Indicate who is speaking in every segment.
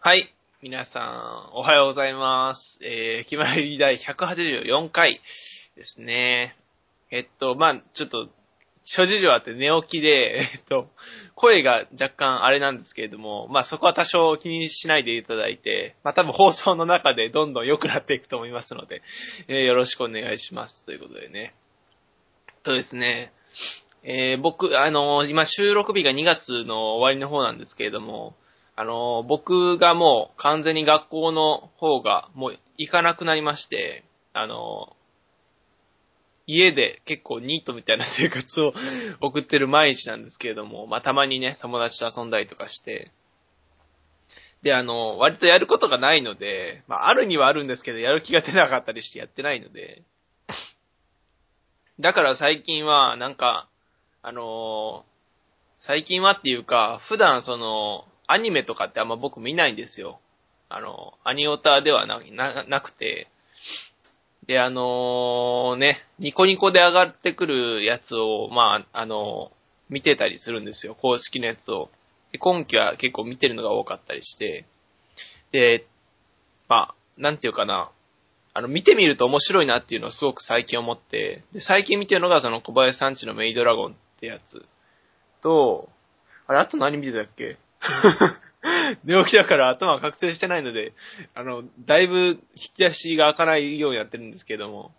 Speaker 1: はい。皆さん、おはようございます。えー、決まり第184回ですね。えっと、まあちょっと、諸事情あって寝起きで、えっと、声が若干あれなんですけれども、まあそこは多少気にしないでいただいて、まあ多分放送の中でどんどん良くなっていくと思いますので、えーよろしくお願いします。ということでね。とですね、えー僕、あの今収録日が2月の終わりの方なんですけれども、あの僕がもう完全に学校の方がもう行かなくなりまして、あの家で結構ニートみたいな生活を 送ってる毎日なんですけれども、まあ、たまにね、友達と遊んだりとかして、で、あの、割とやることがないので、まあ、あるにはあるんですけど、やる気が出なかったりしてやってないので、だから最近は、なんか、あの最近はっていうか、普段その、アニメとかってあんま僕見ないんですよ。あの、アニオタではなななくて。で、あのね、ニコニコで上がってくるやつを、まあ、あの見てたりするんですよ。公式のやつを。で今期は結構見てるのが多かったりして。で、まあ、なんていうかな。あの、見てみると面白いなっていうのをすごく最近思って。で、最近見てるのがその小林さんちのメイドラゴンってやつ。と、あれ、あと何見てたっけ 寝起きだから頭が覚醒してないので、あの、だいぶ引き出しが開かないようになってるんですけれども、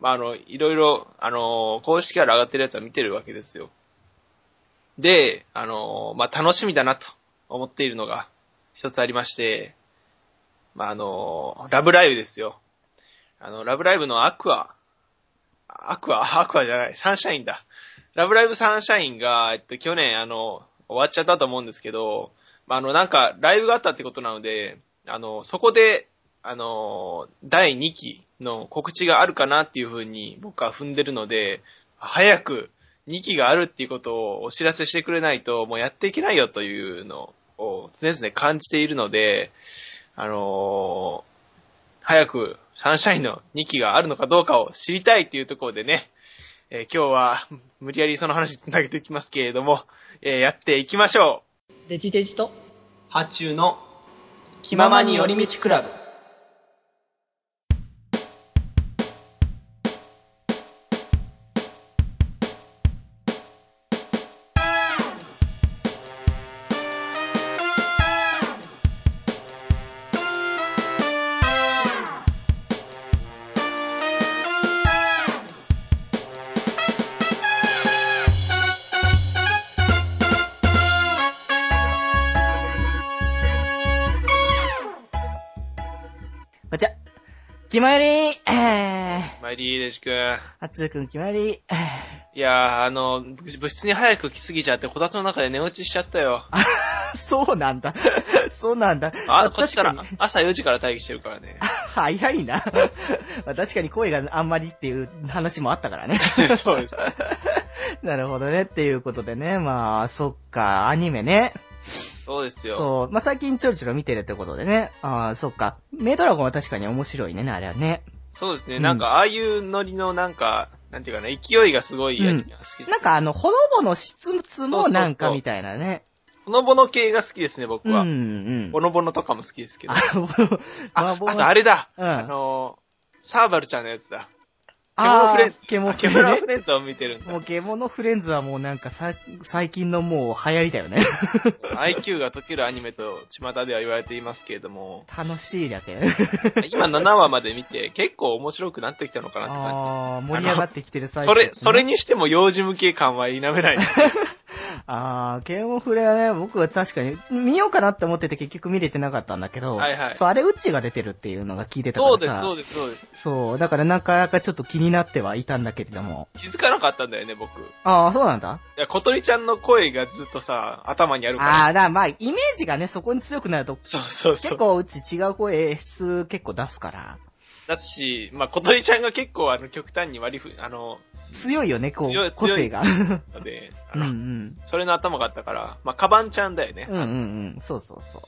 Speaker 1: まあ、あの、いろいろ、あの、公式から上がってるやつは見てるわけですよ。で、あの、まあ、楽しみだなと思っているのが一つありまして、まあ、あの、ラブライブですよ。あの、ラブライブのアクア、アクア、アクアじゃない、サンシャインだ。ラブライブサンシャインが、えっと、去年、あの、終わっちゃったと思うんですけど、まあ、あの、なんか、ライブがあったってことなので、あの、そこで、あの、第2期の告知があるかなっていうふうに僕は踏んでるので、早く2期があるっていうことをお知らせしてくれないと、もうやっていけないよというのを常々感じているので、あの早くサンシャインの2期があるのかどうかを知りたいっていうところでね、えー今日は無理やりその話つなげていきますけれども、えーやっていきましょ
Speaker 2: デジデジと
Speaker 1: う。ハ中の
Speaker 2: 気ままに寄り
Speaker 1: 道クラブ。
Speaker 2: こんにちは。決まりえー、
Speaker 1: マリーデジ君。
Speaker 2: あつーくん決まりえー。
Speaker 1: いやー、あの、部部室に早く来すぎちゃって、こたつの中で寝落ちしちゃったよ。
Speaker 2: あそうなんだ。 そうなんだ。ま
Speaker 1: あ、
Speaker 2: あ
Speaker 1: こっちから
Speaker 2: 確に
Speaker 1: 朝4時から待機してるから ね。
Speaker 2: 早いな。まあ確かに声があんまりっていう話もあったからね。
Speaker 1: そうです。
Speaker 2: なるほどね。っていうことでね。まあ、そっか、アニメね。
Speaker 1: そうですよ。
Speaker 2: そう。まあ最近ちょろちょろ見てるってことでね。ああ、そっか。メイドラゴンは確かに面白いね、あれはね。
Speaker 1: そうですね。
Speaker 2: うん
Speaker 1: なんか、ああいうノリの、なんか、なんていうかな、勢いがすごいやつが好きです、
Speaker 2: なんかあの、ほのぼのしつつもなんかみたいなね。
Speaker 1: ほのぼの系が好きですね、僕
Speaker 2: うんう
Speaker 1: は。
Speaker 2: ん。
Speaker 1: ほのぼのとかも好きですけど。あ、
Speaker 2: あの、
Speaker 1: あ
Speaker 2: あ
Speaker 1: とあれだ、
Speaker 2: うん
Speaker 1: あのー、サーバルちゃんのやつだ。
Speaker 2: あ
Speaker 1: ケモ
Speaker 2: ー
Speaker 1: ノフレンズ
Speaker 2: ケモ
Speaker 1: ケ
Speaker 2: ケ
Speaker 1: ム
Speaker 2: モ
Speaker 1: ラ
Speaker 2: ね
Speaker 1: フレンズを見てるんだ
Speaker 2: も。う、ケモノフレンズはもうなんかさ、最近のもう流行り だよね。、
Speaker 1: IQ が解けるアニメと巷では言われていますけれども
Speaker 2: 楽しいだけ。
Speaker 1: 今7話まで見て結構面白くなってきたのかなって感じで
Speaker 2: ああ、盛り上がってきてる
Speaker 1: す。
Speaker 2: 最
Speaker 1: そ
Speaker 2: 中、
Speaker 1: れ、それ
Speaker 2: に。
Speaker 1: にしても幼児向け感は否め ない。
Speaker 2: ああ、ケモフレはね、僕は確かに見ようかなって思ってて結局見れてなかったんだけど、
Speaker 1: はいはい
Speaker 2: そう、あれ、うちが出てるっていうのが聞いてたから
Speaker 1: そう
Speaker 2: さ。
Speaker 1: です、そうです、そうです。
Speaker 2: そうだからなかなかちょっと気になってはいたんだけれども。
Speaker 1: 気づかなかったんだよね、僕。い
Speaker 2: ああ、そうなんだ。
Speaker 1: や、小鳥ちゃんの声がずっとさ、頭にあるから。
Speaker 2: ああ、だからまあ、イメージがね、そこに強くなると、
Speaker 1: そうそうそ
Speaker 2: 結
Speaker 1: う。
Speaker 2: 構うち違う声質結構出すから。
Speaker 1: だし、まあ、小鳥ちゃんが結構あの、極端に割りふ、あの、
Speaker 2: 強いよね、こ、
Speaker 1: 強いう強
Speaker 2: 個
Speaker 1: い
Speaker 2: 性が。
Speaker 1: ので、あ
Speaker 2: うん
Speaker 1: の、
Speaker 2: うん。
Speaker 1: それの頭があったから、まあ、カバンちゃんだよね。
Speaker 2: うんうんうん。そうそうそ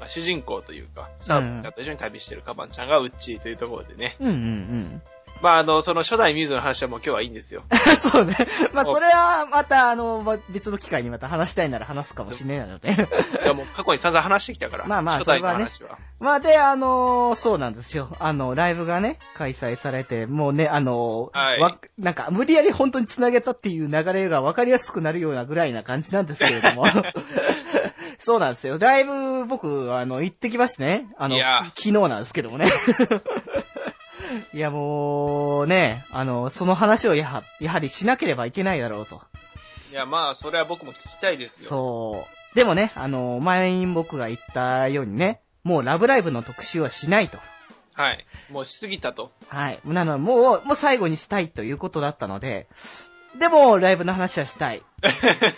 Speaker 1: まあ、主人公というか、サーブちゃんと一緒に旅してるカバンちゃんがウッチーというところでね、
Speaker 2: う。うんうんうん。
Speaker 1: まあ、あの、その初代ミューズの話はもう今日はいいんですよ。
Speaker 2: そうね。まあ、
Speaker 1: そう
Speaker 2: それは、また、あの、ま別の機会にまた話したいなら話すかもしれないので。
Speaker 1: いや、もう過去に散々話してきたから。
Speaker 2: まあまあ
Speaker 1: 初代の話は。
Speaker 2: まあ、で、あのーそうなんですよ。あの、ライブがね、開催されて、もうね、あのー
Speaker 1: はい
Speaker 2: わなんか、無理やり本当に繋げたっていう流れが分かりやすくなるようなぐらいな感じなんですけれど も。そうなんですよ。ライブ、僕、あの、行ってきましてね。あの
Speaker 1: いや、
Speaker 2: 昨日なんですけどもね。 いや、もう、ね、あの、その話をやは、やはりしなければいけないだろうと。
Speaker 1: いや、まあ、それは僕も聞きたいですよ。
Speaker 2: そう。でもね、あの、前に僕が言ったようにね、もうラブライブの特集はしないと。
Speaker 1: はい。もうしすぎたと。
Speaker 2: はい。なので、もう、もう最後にしたいということだったので、でも、ライブの話はした い。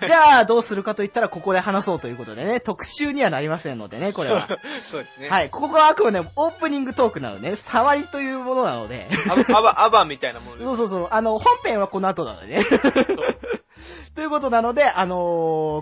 Speaker 2: じゃあ、どうするかと言ったら、ここで話そうということでね、特集にはなりませんのでね、これは。
Speaker 1: そうですね。
Speaker 2: はい。ここがあくまでもオープニングトークなのでね、触りというものなので。
Speaker 1: アバ、アバ、アバみたいなものです
Speaker 2: そうそうそう。あの、本編はこの後なの でね。ということなので、あのー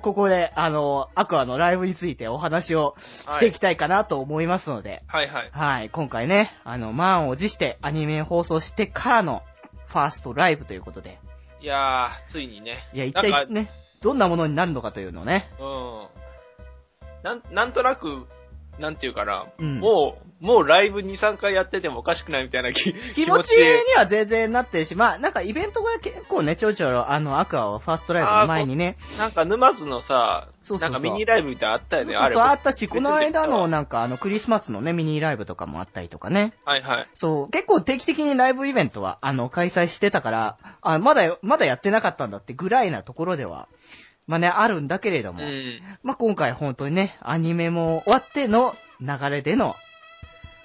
Speaker 2: ここで、あのーアクアのライブについてお話をしていきたいかなと思いますので、
Speaker 1: はいはい。
Speaker 2: はい、今回ね、あの、満を持してアニメ放送してからのファーストライブということで、
Speaker 1: いやー、ついにね。
Speaker 2: いや、一
Speaker 1: な
Speaker 2: 体
Speaker 1: んか
Speaker 2: ね、どんなものになるのかというのをね、
Speaker 1: うん。なん、なんとなく、なんていうかな、
Speaker 2: うん
Speaker 1: もう、もうライブ2、3回やっててもおかしくないみたいな気
Speaker 2: 気持ちには全然なってるし、まあ、なんかイベントが結構ね、ちょろちょろ、あの、アクアをファーストライブの前にね、
Speaker 1: なんか沼津のさ、
Speaker 2: そうそうそう
Speaker 1: なんかミニライブみたいなのあったよね、
Speaker 2: そうそう、
Speaker 1: あ
Speaker 2: あ
Speaker 1: れ。
Speaker 2: ったし、
Speaker 1: 別
Speaker 2: こ
Speaker 1: に
Speaker 2: の間
Speaker 1: 別
Speaker 2: の
Speaker 1: に
Speaker 2: なんかあのクリスマスのね、ミニライブとかもあったりとかね。
Speaker 1: はいはい。
Speaker 2: そう、結構定期的にライブイベントは、あの、開催してたから、あ、まだ、まだやってなかったんだってぐらいなところでは、まあね、あるんだけれども、
Speaker 1: うん。
Speaker 2: まあ今回本当にね、アニメも終わっての流れでの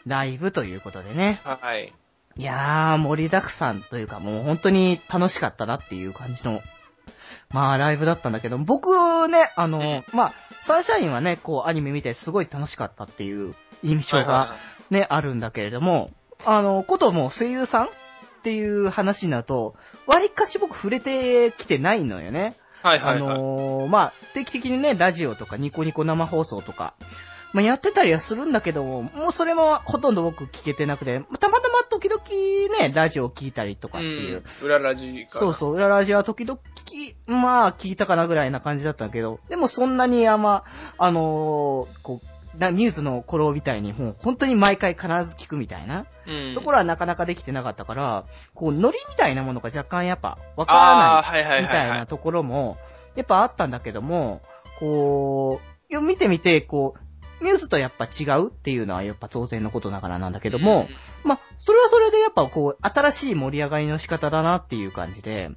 Speaker 2: ライブということでね。
Speaker 1: はい。
Speaker 2: いやー、盛りだくさんというか、もう本当に楽しかったなっていう感じの、まあ、ライブだったんだけど、僕ね、あの、
Speaker 1: うん
Speaker 2: まあ、サンシャインはね、こう、アニメ見てすごい楽しかったっていう印象
Speaker 1: はいはい
Speaker 2: が
Speaker 1: はい
Speaker 2: ね、あるんだけれども、あの、こともう声優さんっていう話になると、割かし僕触れてきてないのよね。
Speaker 1: はいはいはい。
Speaker 2: あのーまあ、定期的にね、ラジオとかニコニコ生放送とか、まあ、やってたりはするんだけども、もうそれもほとんど僕聞けてなくて、まあたまたま時々ね、ラジオ聞いたりとかっていう。
Speaker 1: うん、裏ラジから。
Speaker 2: そうそう、裏ラジオは時々、まあ、聞いたかなぐらいな感じだったけど、でもそんなにあんま、あのーこう、なニュースの頃みたいに、もう本当に毎回必ず聞くみたいな
Speaker 1: う。うん。
Speaker 2: ところはなかなかできてなかったから、こう、ノリみたいなものが若干やっぱ、わからない
Speaker 1: ああー、はいはいはい、はい。
Speaker 2: みたいなところも、やっぱあったんだけども、こう、いや見てみて、こう、ニュースとやっぱ違うっていうのはやっぱ当然のことだからなんだけども、まあ、それはそれでやっぱこう、新しい盛り上がりの仕方だなっていう感じで、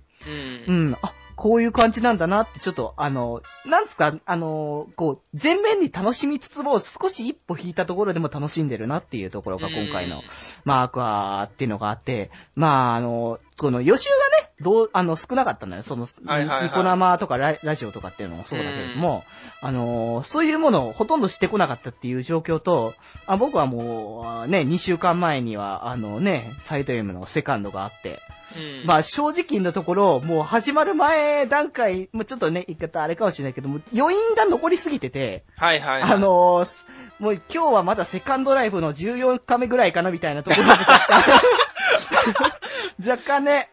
Speaker 1: うん、う。
Speaker 2: うんん、あ、こういう感じなんだなって、ちょっとあの、なんつうか、あの、こう、全面に楽しみつつも、少し一歩引いたところでも楽しんでるなっていうところが今回の
Speaker 1: うん。
Speaker 2: まあ、アクアっていうのがあって、まあ、あの、この予習がね、どう、あの、少なかったのよ。その、
Speaker 1: はいはいはい
Speaker 2: ニコ生とかララジオとかっていうのもそうだけれども、あの、そういうものをほとんどしてこなかったっていう状況と、あ僕はもうあ、ね、2週間前には、あのね、サイト M のセカンドがあって、
Speaker 1: うん
Speaker 2: まあ、正直なところ、もう始まる前段階、もうちょっとね、言い方あれかもしれないけども、余韻が残りすぎてて、
Speaker 1: はいはいはい。
Speaker 2: あ、のーすもう今日はまだセカンドライフの14日目ぐらいかなみたいなところで若 干、若干ね、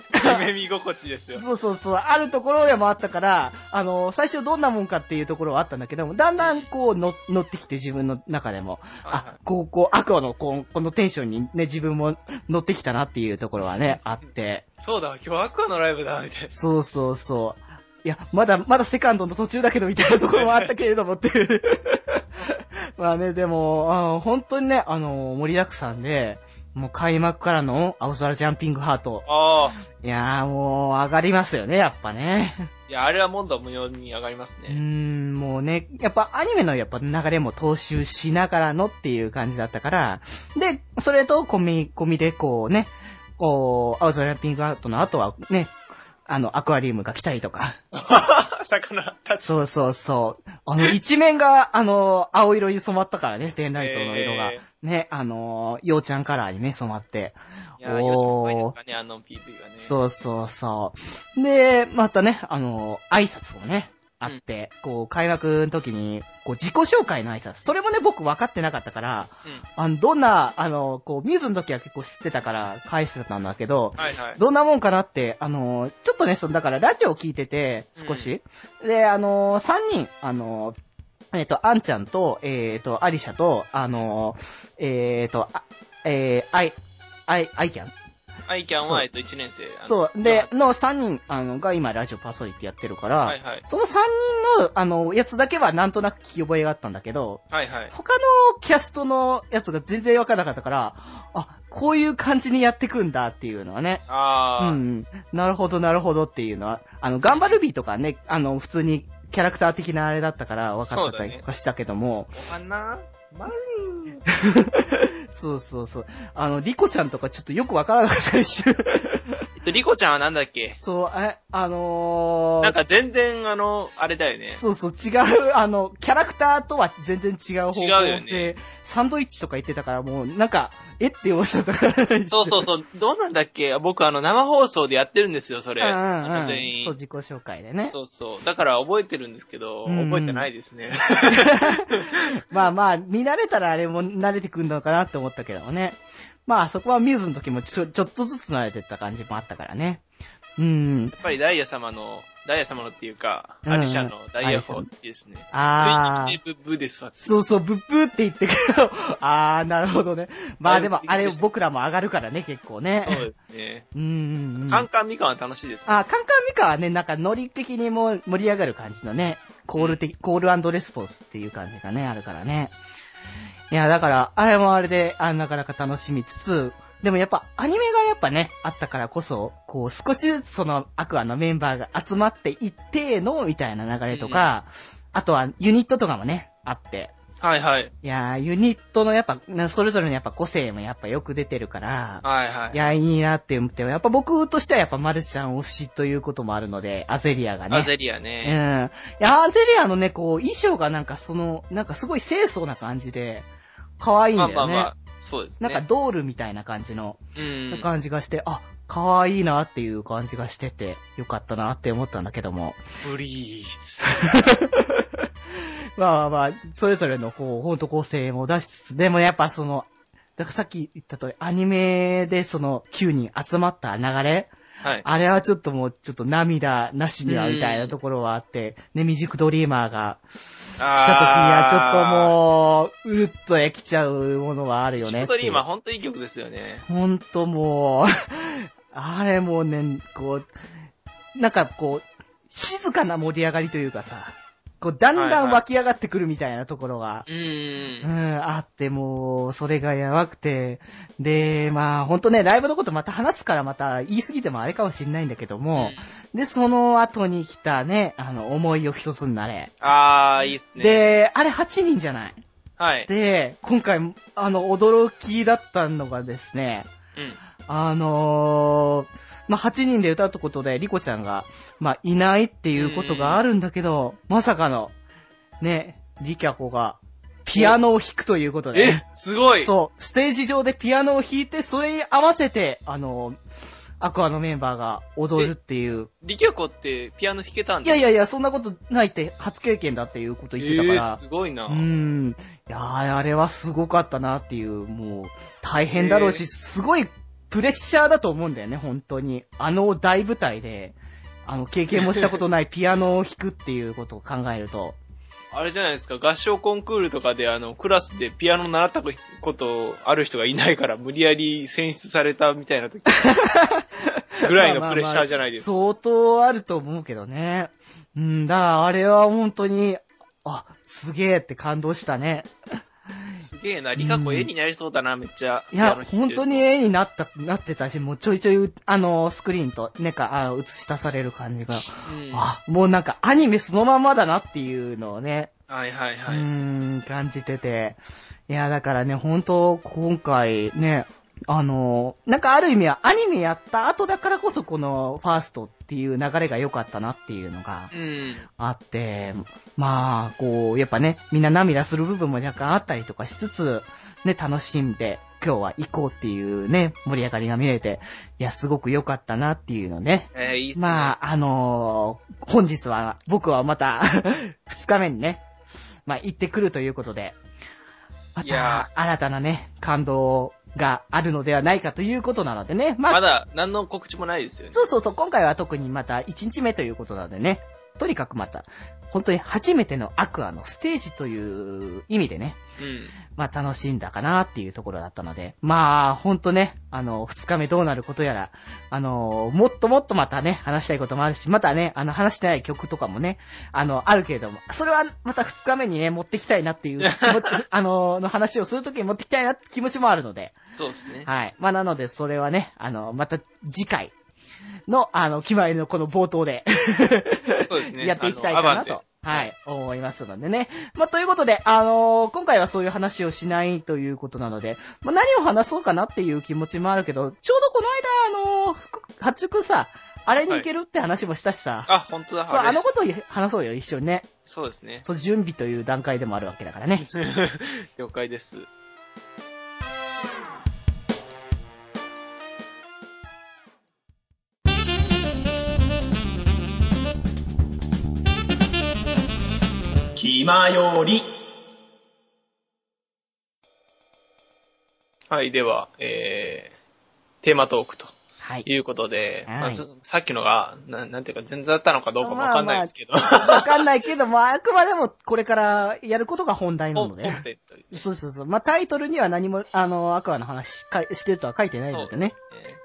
Speaker 1: 夢見心地ですよ。
Speaker 2: そうそうそう、あるところでもあったから、あのー最初どんなもんかっていうところはあったんだけども、だんだんこうの乗ってきて自分の中でも、
Speaker 1: はいは
Speaker 2: あ、こう、こう、アクアのこうこのテンションにね、自分も乗ってきたなっていうところはね、あって。
Speaker 1: いそうだ、今日アクアのライブだ、みたいな。
Speaker 2: そうそうそう。いや、まだ、まだセカンドの途中だけど、みたいなところもあったけれどもっていう。 まあね、でも、あの本当にね、あの、盛りだくさんで、もう開幕からの青空ジャンピングハート。
Speaker 1: ああ。
Speaker 2: いやーもう上がりますよね、やっぱね。
Speaker 1: いや、あれは問答無用に上がります
Speaker 2: うー
Speaker 1: ね。
Speaker 2: ん、もうね、やっぱアニメのやっぱ流れも踏襲しながらのっていう感じだったから、で、それと込み込みでこうね、こう、青空ジャンピングハートの後はね、あの、アクアリウムが来たりとか、
Speaker 1: 魚たち。
Speaker 2: そうそうそう。あの、一面が、あの、青色に染まったからね、ペンライトの色が。
Speaker 1: え
Speaker 2: ね、あの、ようちゃんカラーにね、染まって。
Speaker 1: いや、よちょいですかね、あの PV はね。う。
Speaker 2: そうそうそう。で、またね、あの、挨拶をね、あって、こう、開幕の時に、こう、自己紹介の挨拶。それもね、僕分かってなかったから、
Speaker 1: う
Speaker 2: あの、どんな、あの、こう、ミューズの時は結構知ってたから、返してたんだけど、
Speaker 1: ん。はいはい。
Speaker 2: どんなもんかなって、あのーちょっとね、その、だから、ラジオを聞いてて、少し。で、あのー、3人、あのーえっ、と、アンちゃんと、えっ、と、アリシャと、あのーえっ、と、あえー、アイ、アイ、アイキャン
Speaker 1: アイキャン
Speaker 2: そう
Speaker 1: は、えっと、1年生。あの
Speaker 2: そう。で、、の3人、あの、が今、ラジオパーソリティやってるから、
Speaker 1: はいはい。
Speaker 2: その3人の、あの、やつだけはなんとなく聞き覚えがあったんだけど、
Speaker 1: はいはい。
Speaker 2: 他のキャストのやつが全然わからなかったから、あ、こういう感じにやってくんだっていうのはね、う
Speaker 1: あ
Speaker 2: んうん。なるほど、なるほどっていうのは。あの、ガンバルビーとかね、あの、普通にキャラクター的なあれだったから分かってたりとかしたけども
Speaker 1: あ、、お花まる
Speaker 2: そう,、そうそうあの、リコちゃんとかちょっとよく分からなかったりして る。
Speaker 1: えっと、リコちゃんはなんだっけ
Speaker 2: そう、え、あのー、
Speaker 1: なんか全然、あの、あれだよね。
Speaker 2: そうそう、違う、あの、キャラクターとは全然違う方
Speaker 1: 違うよ
Speaker 2: 向性、
Speaker 1: ね
Speaker 2: サンドイッチとか言ってたからもう、なんか、えって思っちゃったから。
Speaker 1: そうそう
Speaker 2: う。
Speaker 1: そう。どうなんだっけ僕、あの、生放送でやってるんですよ、それ。
Speaker 2: うんうん
Speaker 1: あ
Speaker 2: う
Speaker 1: の
Speaker 2: ん、
Speaker 1: 全員
Speaker 2: そう、。自己紹介でね。
Speaker 1: そうそう。だから覚えてるんですけど、
Speaker 2: うんうん
Speaker 1: 覚えてないです ね。
Speaker 2: まあまあ、見慣れたらあれも慣れてくるのかなって思ったけどもね。まあ、そこはミューズの時もちょちょっとずつ慣れてった感じもあったからね。うん。
Speaker 1: やっぱりダイヤ様の、ダイヤ様のっていうか、
Speaker 2: うん
Speaker 1: アリシャのダイヤ様好きですね。
Speaker 2: あ
Speaker 1: つい
Speaker 2: ー
Speaker 1: に。ブーブーですわ。
Speaker 2: そうそう、ブッブーって言ってくる。 あー、なるほどね。まあでも、あれ僕らも上がるからね、結構ね。
Speaker 1: そうですね。
Speaker 2: うんうんうん。
Speaker 1: カンカンみかんは楽しいですね。
Speaker 2: あ、カンカンミカはね、なんかノリ的にも盛り上がる感じのね、コール的、コールレスポンスっていう感じがね、あるからね。いや、だから、あれもあれで、あなかなか楽しみつつ、でもやっぱアニメがやっぱね、あったからこそ、こう少しずつそのアクアのメンバーが集まって一定のみたいな流れとか、あとはユニットとかもね、あって。
Speaker 1: はいはい。
Speaker 2: いやー、ユニットのやっぱ、なそれぞれのやっぱ個性もやっぱよく出てるから、
Speaker 1: はいはいい。
Speaker 2: や、いいなって思って、やっぱ僕としてはやっぱマルシャン推しということもあるので、アゼリアがね。
Speaker 1: アゼリア
Speaker 2: うん。い
Speaker 1: ね。
Speaker 2: や、アゼリアのね、こう、衣装がなんかその、なんかすごい清楚な感じで、可愛いんだ
Speaker 1: ま
Speaker 2: よ
Speaker 1: あ
Speaker 2: ね。
Speaker 1: まあまあ、そうです
Speaker 2: な
Speaker 1: ね。
Speaker 2: んかドールみたいな感じの、
Speaker 1: うん。
Speaker 2: 感じがして、あ、可愛いなっていう感じがしてて、よかったなって思ったんだけども。
Speaker 1: ブリーズ。
Speaker 2: まあまあまあ、それぞれのこう、ほんと個性も出しつつ、でもやっぱその、だからさっき言った通り、アニメでその9人集まった流れ、
Speaker 1: はい。
Speaker 2: あれはちょっともう、ちょっと涙なしにはみたいなところはあって、ね、ミュージックドリーマーが
Speaker 1: 来
Speaker 2: 来た時にはちょっともう、うるっとえきちゃうものはあるよ
Speaker 1: シ
Speaker 2: ね
Speaker 1: ッ
Speaker 2: っ
Speaker 1: プド
Speaker 2: て
Speaker 1: リ
Speaker 2: い
Speaker 1: ー
Speaker 2: う。
Speaker 1: マーほんといい曲ですよね。
Speaker 2: ほんともう、あれもうね、こう、なんかこう、静かな盛り上がりというかさ、こう、だんだん湧き上がってくるみたいなところが、
Speaker 1: うー。
Speaker 2: うんん、あって、もう、それがやばくて。で、まあ、ほんとね、ライブのことまた話すからまた言い過ぎてもあれかもしんないんだけども、で、その後に来たね、あの、思いを一つになれ。
Speaker 1: あー、いいっすね。
Speaker 2: で、あれ8人じゃない。
Speaker 1: はい。
Speaker 2: で、今回、あの、驚きだったのがですね、
Speaker 1: うん。
Speaker 2: あのー、まあ、8人で歌ったことで、リコちゃんが、まあ、いないっていうことがあるんだけど、まさかの、ね、リキャコが、ピアノを弾くということで。
Speaker 1: え、すごい
Speaker 2: そう、ステージ上でピアノを弾いて、それに合わせて、あの、アクアのメンバーが踊るっていう。
Speaker 1: リキャコってピアノ弾けたん
Speaker 2: い
Speaker 1: だ
Speaker 2: やいやいや、そんなことないって、初経験だっていうこと言ってたか
Speaker 1: えー
Speaker 2: ら。
Speaker 1: すごいな。
Speaker 2: うーん。いやー、あれはすごかったなっていう、もう、大変だろうし、
Speaker 1: えー
Speaker 2: すごいプレッシャーだと思うんだよね、本当に。あの大舞台で、あの、経験もしたこ とないピアノを弾くっていうことを考えると。
Speaker 1: あれじゃないですか、合唱コンクールとかで、あの、クラスでピアノ習ったことある人がいないから、無理やり選出されたみたいな 時ぐらいのプレッシャーじゃないですか。
Speaker 2: まあまあまあ相当あると思うけどね。うん、だからあれは本当に、あ、すげえって感動したね。
Speaker 1: すげえな、リカコ絵になりそうだな、めっちゃ。
Speaker 2: い
Speaker 1: ピアノ弾
Speaker 2: や、
Speaker 1: てる
Speaker 2: 本当に。絵になった、なってたし、もうちょいちょい、あの、スクリーンと、ねか、あ映し出される感じが、
Speaker 1: うんは
Speaker 2: あ、もうなんかアニメそのまんまだなっていうのをね、
Speaker 1: いはいは
Speaker 2: う
Speaker 1: い。
Speaker 2: ーん、感じてて。いや、だからね、本当今回ね、あのーなんかある意味はアニメやった後だからこそこのファーストっていう流れが良かったなっていうのが
Speaker 1: うん。
Speaker 2: あって、まあ、こう、やっぱね、みんな涙する部分も若干あったりとかしつつ、ね、楽しんで今日は行こうっていうね、盛り上がりが見れて、いや、すごく良かったなっていうのね。
Speaker 1: えー、いいっすね。
Speaker 2: まあ、あのー本日は、僕はまた、 二日目にね、まあ、行ってくるということで、ま
Speaker 1: いや
Speaker 2: た、新たなね、感動があるのではないかということなのでね、まあ、
Speaker 1: まだ何の告知もないですよね。
Speaker 2: そうそうそう、今回は特にまた1日目ということなのでね、とにかくまた、本当に初めてのアクアのステージという意味でね、
Speaker 1: うん。
Speaker 2: まあ楽しんだかなっていうところだったので、まあほんとね、あの、二日目どうなることやら、あの、もっともっとまたね、話したいこともあるし、またね、あの、話してない曲とかもね、あの、あるけれども、それはまた二日目にね、持ってきたいなっていう、気持ちあの、の話をするときに持ってきたいなって気持ちもあるので、
Speaker 1: そうですね。
Speaker 2: はい。まあなので、それはね、あの、また次回の、あの、決まりのこの冒頭で、
Speaker 1: そうですね。
Speaker 2: やっていきたいかな
Speaker 1: あの
Speaker 2: と。。
Speaker 1: バンで
Speaker 2: はい、思いますのでね。まあ、ということで、あのー今回はそういう話をしないということなので、まあ、何を話そうかなっていう気持ちもあるけど、ちょうどこの間、あのー福八竹さ、あれに行けるって話もしたしさ、
Speaker 1: あ、本当だ。
Speaker 2: そう、
Speaker 1: れ
Speaker 2: あのことを話そうよ、一緒にね。
Speaker 1: そうですね。
Speaker 2: そう、準備という段階でもあるわけだからね。
Speaker 1: 了解です。
Speaker 3: 暇より。
Speaker 1: はい、では、えー、テーマトークと
Speaker 2: はい。
Speaker 1: いうことで、
Speaker 2: はい
Speaker 1: まあずさっきのがな、なんていうか、全然だったのかどうかもわかんないですけど、
Speaker 2: わかんないけど、まあ、あくまでもこれからやることが本題 な
Speaker 1: 本
Speaker 2: ので。
Speaker 1: 本編という
Speaker 2: そうそうそう。まあ、タイトルには何も、あの、アクアの話かしてるとは書いてないのでね。
Speaker 1: えー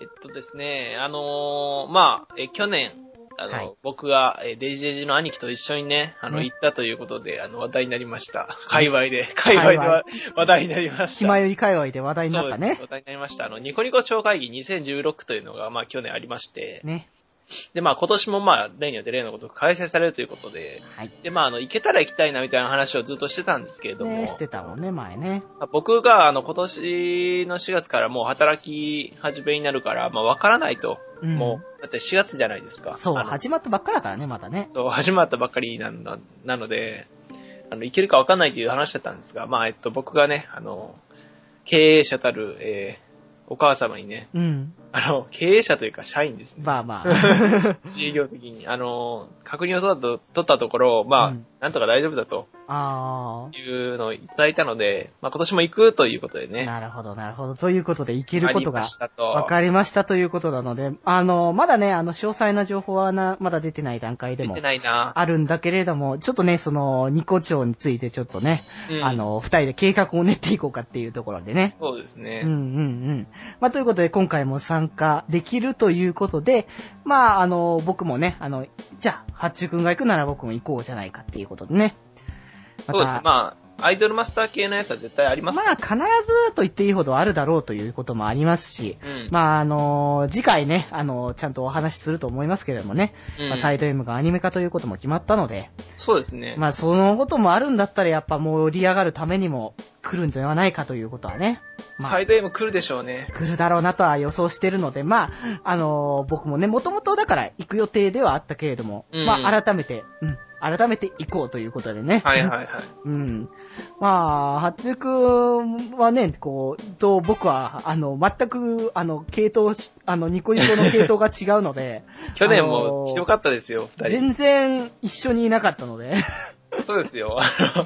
Speaker 1: えっとですね、あのーまあ、えー去年、あの、
Speaker 2: はい
Speaker 1: 僕が、えーデイジデイジの兄貴と一緒にね、あの、
Speaker 2: ね
Speaker 1: 行ったということで、あの、話題になりました。界隈で、界隈では話題になりました。
Speaker 2: 暇より界隈で話題になった
Speaker 1: そうで
Speaker 2: ね
Speaker 1: す。話題になりました。あの、ニコニコ超会議2016というのが、まあ、去年ありまして、
Speaker 2: ね。
Speaker 1: で、まあ、今年もまあ、例によって例のこと開催されるということで、
Speaker 2: はい。
Speaker 1: で、まあ、あの、行けたら行きたいなみたいな話をずっとしてたんですけれども、
Speaker 2: ね、してたもんね、前ね。
Speaker 1: まあ僕が、あの、今年の4月からもう働き始めになるから、まあ、わからないと。
Speaker 2: うん
Speaker 1: もう、だって4月じゃないですか。
Speaker 2: そう、
Speaker 1: あの
Speaker 2: 始まったばっかだからね、まだね。
Speaker 1: そう、始まったばっかりなんだ、なので、あの、いけるかわかんないという話だったんですが、まあ、えっと、僕がね、あの、経営者たる、えーお母様にね、
Speaker 2: うん。
Speaker 1: あの、経営者というか社員です ね。
Speaker 2: まあまあ。
Speaker 1: 自営業的に、あの、確認を取ったと取ったところ、まあ、
Speaker 2: うん
Speaker 1: なんとか大丈夫だと
Speaker 2: あ
Speaker 1: いうのをいただいたので、まあ、今年も行くということで
Speaker 2: あ。
Speaker 1: ね、
Speaker 2: なるほど、なるほど。ということで、いけること
Speaker 1: あり
Speaker 2: が
Speaker 1: ましたと。
Speaker 2: 分かりましたということなので、あの、まだね、あの、詳細な情報はな、まだ出てない段階で
Speaker 1: 出
Speaker 2: も
Speaker 1: て。ないな。
Speaker 2: あるんだけれども、ちょっとね、その、ニコ町についてちょっとね、
Speaker 1: うん
Speaker 2: あ、の、二人で計画を練っていこうかっていうところでね。
Speaker 1: そうですね。
Speaker 2: うんうんうん。まあ、ということで、今回も参加できるということで、まあ、あの、僕もね、あの、じゃあ、八中くんが行くなら僕も行こうじゃないかっていうことでね。また
Speaker 1: そうです。まあ、アイドルマスター系のやつは絶対あります。
Speaker 2: まあ、必ずと言っていいほどあるだろうということもありますし、
Speaker 1: うん
Speaker 2: まあ、あの、次回ね、あの、ちゃんとお話しすると思いますけれどもね、
Speaker 1: うん
Speaker 2: まあ、サイド M がアニメ化ということも決まったので、
Speaker 1: そうですね。
Speaker 2: まあ、そのこともあるんだったら、やっぱ盛り上がるためにも来るんではないかということはね。まあ
Speaker 1: サイド M 来るでしょうね。
Speaker 2: 来るだろうなとは予想してるので、まあ、あのー僕もね、もともとだから行く予定ではあったけれども、
Speaker 1: うん
Speaker 2: まあ、改めて、うん、改めて行こうということでね。
Speaker 1: はい はいはい。
Speaker 2: うん。まあ、はっつくんはね、こう、と僕は、あの、全く、あの、系統し、あの、ニコニコの系統が違うの で、
Speaker 1: 去年
Speaker 2: あの
Speaker 1: も
Speaker 2: ー
Speaker 1: ひどかったですよ、二人。
Speaker 2: 全然一緒にいなかったので、
Speaker 1: そうですよ。 あの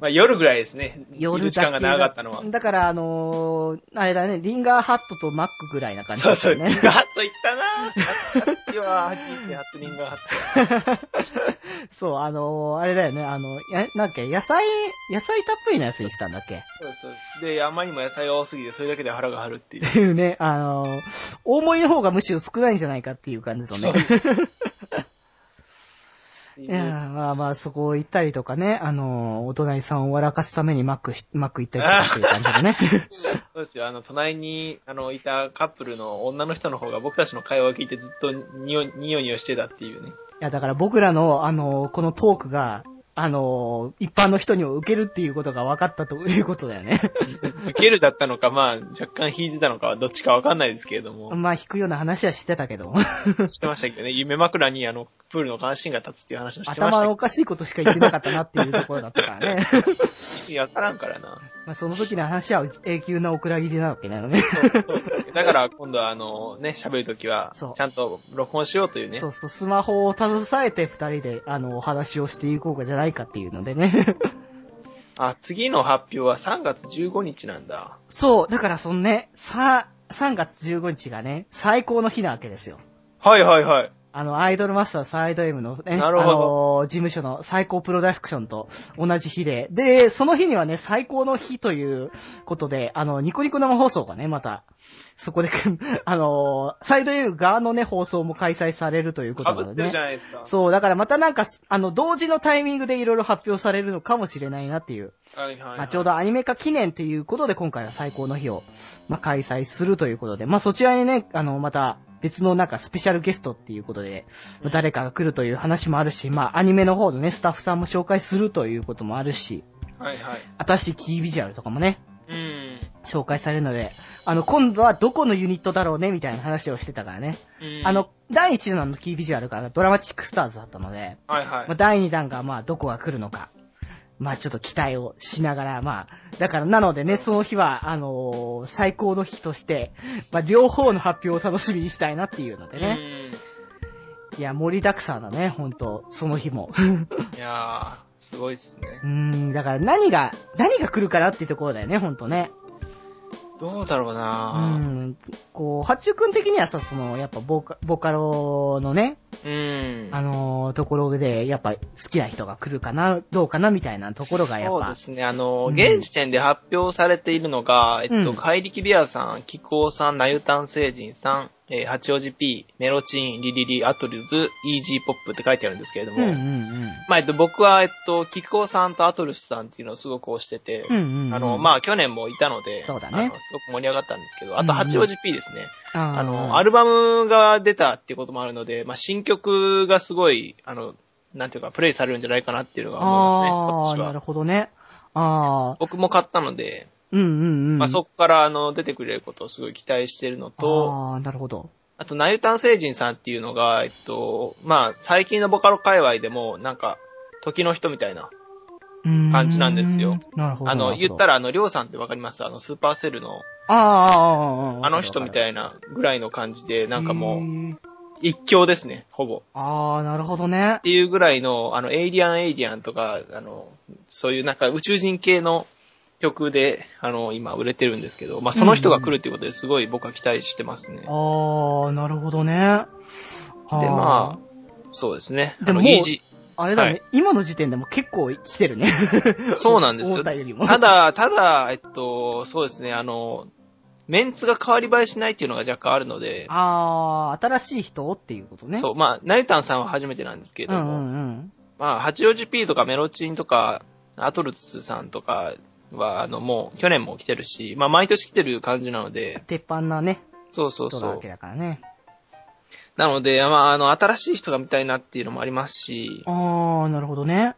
Speaker 1: まあ、夜ぐらいですね。 いる
Speaker 2: 夜
Speaker 1: 時
Speaker 2: だ
Speaker 1: 間
Speaker 2: け
Speaker 1: が
Speaker 2: だ
Speaker 1: 長かったのは。
Speaker 2: だから、あのーあれだね、リンガーハットとマックぐらいな感じ
Speaker 1: そ
Speaker 2: だ
Speaker 1: う
Speaker 2: った
Speaker 1: そ
Speaker 2: よ
Speaker 1: う。
Speaker 2: ね。
Speaker 1: ガッといったな懐かしいわ。818人が。
Speaker 2: そう、あのーあれだよね、あの、や、なんだっけ、野菜、野菜たっぷりのやつにしたんだ っけっ
Speaker 1: そうそうです。で、あまりにも野菜が多すぎて、それだけで腹が張るっていう。
Speaker 2: ていうね、あのー大盛りの方がむしろ少ないんじゃないかっていう感じとね。 いやーまあまあ、そこ行ったりとかね、あのーお隣さんを笑かすためにマックし、マック行ったりとかっていう感 じでね。
Speaker 1: そうですよ。あの、隣に、あの、いたカップルの女の人の方が僕たちの会話を聞いてずっとにおにおにおしてたっていうね。
Speaker 2: いや、だから僕らの、あのーこのトークが、あのー一般の人にも受けるっていうことが分かったということだよね。
Speaker 1: 受けるだったのか、まあ、若干引いてたのかはどっちかわかんないですけれども、
Speaker 2: まあ、引くような話はしてたけど。
Speaker 1: してましたけどね、夢枕にあの、プールの関心が立つっていう話はしてました
Speaker 2: 頭
Speaker 1: け
Speaker 2: の
Speaker 1: ど
Speaker 2: おかしいことしか言ってなかったなっていうところだったからね。、
Speaker 1: 意味わからんからな。
Speaker 2: まあ、その時の話は永久なオクラ切りなわけなのね。
Speaker 1: だから今度はあの、ね、喋るときは、ち
Speaker 2: そう
Speaker 1: ゃんと録音しようというね。
Speaker 2: そうそう、スマホを携えて二人で、あの、お話をしていこうかじゃないかっていうのでね。
Speaker 1: あ、次の発表は3月15日なんだ。
Speaker 2: そう、だからそのね、さ、3月15日がね、最高の日なわけですよ。
Speaker 1: はいはいはい。
Speaker 2: あの、アイドルマスターサイド M のね、
Speaker 1: なるほど
Speaker 2: あの、事務所の最高プロダクションと同じ日で、で、その日にはね、最高の日ということで、あの、ニコニコ生放送がね、また、そこで、あの、サイド M 側のね、放送も開催されるというこ
Speaker 1: か
Speaker 2: と
Speaker 1: ぶ
Speaker 2: なの
Speaker 1: って
Speaker 2: でね
Speaker 1: るじゃ。ないですか。
Speaker 2: そう、だからまたなんか、あの、同時のタイミングでいろいろ発表されるのかもしれないなっていう。
Speaker 1: はいはいはい、
Speaker 2: まあ、ちょうどアニメ化記念ということで、今回は最高の日を、まあ、開催するということで、まあ、そちらにね、あの、また、別のなんかスペシャルゲストっていうことで、まあ誰かが来るという話もあるし、まあ、アニメの方のね、スタッフさんも紹介するということもあるし、
Speaker 1: はいはい。
Speaker 2: 新しいキービジュアルとかもね、
Speaker 1: うん。
Speaker 2: 紹介されるので、あの、今度はどこのユニットだろうね、みたいな話をしてたからね。
Speaker 1: うん
Speaker 2: あの、、第1弾のキービジュアルがドラマチックスターズだったので、
Speaker 1: はいはい。
Speaker 2: まあ、第2弾がまあどこが来るのか。まあちょっと期待をしながら、まあ、だからなのでね、その日は、あのー最高の日として、まあ両方の発表を楽しみにしたいなっていうのでね。いや、盛りだくさんだね、ほんと、その日も。
Speaker 1: うん。いやー、すごいっすね
Speaker 2: う。ん、だから何が、何が来るかなっていうところだよね、ほんとね。
Speaker 1: どうだろう
Speaker 2: う、
Speaker 1: なん
Speaker 2: こう、八中くん的にはさ、その、やっぱボーカ、ボカロのね、
Speaker 1: うん。
Speaker 2: あのーところで、やっぱ好きな人が来るかな、どうかな、みたいなところがやっ
Speaker 1: そう
Speaker 2: ぱ
Speaker 1: で、すね。あの、
Speaker 2: うん
Speaker 1: 現時点で発表されているのが、えっと、
Speaker 2: うん
Speaker 1: 怪力ビアさん、気候さん、ナユタン星人さん、えー八王子 P、メロチン、リリリ、アトリュズ、イージーポップって書いてあるんですけれど
Speaker 2: うん
Speaker 1: も、
Speaker 2: うんうん。
Speaker 1: まあ、えっと、僕は、えっと、キコさんとアトルスさんっていうのをすごく推してて、
Speaker 2: うんうんうん。
Speaker 1: あの、まあ、去年もいたので、
Speaker 2: そうだ
Speaker 1: あの
Speaker 2: ね
Speaker 1: すごく盛り上がったんですけど、あ
Speaker 2: うんう
Speaker 1: と、
Speaker 2: ん
Speaker 1: 八王子 P ですね。
Speaker 2: あ
Speaker 1: あの、アルバムが出たっていうこともあるので、まあ、新曲がすごい、あの、なんていうか、プレイされるんじゃないかなっていうのが思いますね、
Speaker 2: ああ、
Speaker 1: 今
Speaker 2: な
Speaker 1: 年
Speaker 2: る
Speaker 1: は。
Speaker 2: ほどね。ああ、
Speaker 1: 僕も買ったので、
Speaker 2: うんうんうん。
Speaker 1: まあ、そこから、あの、出てくれることをすごい期待してるのと、
Speaker 2: ああ、なるほど。
Speaker 1: あと、ナユタン星人さんっていうのが、えっと、まあ、最近のボカロ界隈でも、なんか、時の人みたいな、感
Speaker 2: 感
Speaker 1: じなんですよ。
Speaker 2: なるほど。
Speaker 1: あの、言ったら、
Speaker 2: ら、
Speaker 1: あの、りょうさんってわかりますあの、スーパーセルの、
Speaker 2: ああ、ああ、ああ。
Speaker 1: あの人み
Speaker 2: い
Speaker 1: たいなぐらいの感じで、なんかもう、
Speaker 2: う。
Speaker 1: 一強ですね、ほぼ。っ
Speaker 2: ああ、なるほどね。
Speaker 1: ていうぐらいの、あの、エイリアンエイリアンとか、あの、そういうなんか宇宙人系の曲で、あの、今売れてるんですけど、まあ、その人が来るっていうことですごい僕は期待してますね。
Speaker 2: ああ、なるほどね。
Speaker 1: で、まあ、そうですね。
Speaker 2: でも
Speaker 1: あのイージ
Speaker 2: あ、あれだね、
Speaker 1: はい
Speaker 2: 今の時点でも結構来てるね。
Speaker 1: ー そうなんです
Speaker 2: 思
Speaker 1: よ
Speaker 2: っ。たよりも。
Speaker 1: ただ、ただ、えっと、そうですね、あの、メンツが変わり映えしないっていうのが若干あるので、
Speaker 2: ああ、新しい人っていうことね。。
Speaker 1: そうう、まあ、ナイタンさんは初めてなんですけれ
Speaker 2: う
Speaker 1: ど
Speaker 2: ん
Speaker 1: も、
Speaker 2: うんうん。
Speaker 1: まあ、八王子 P とかメロチンとか、アトルツさんとかは、あの、もう、去年も来てるし、まあ、毎年来てる感じなので、
Speaker 2: 鉄板なね、
Speaker 1: そうそう
Speaker 2: 人な
Speaker 1: そ
Speaker 2: わ
Speaker 1: う
Speaker 2: け。だからね。
Speaker 1: なので、まあ、あの、新しい人が見たいなっていうのもありますし、
Speaker 2: ああ、なるほどね。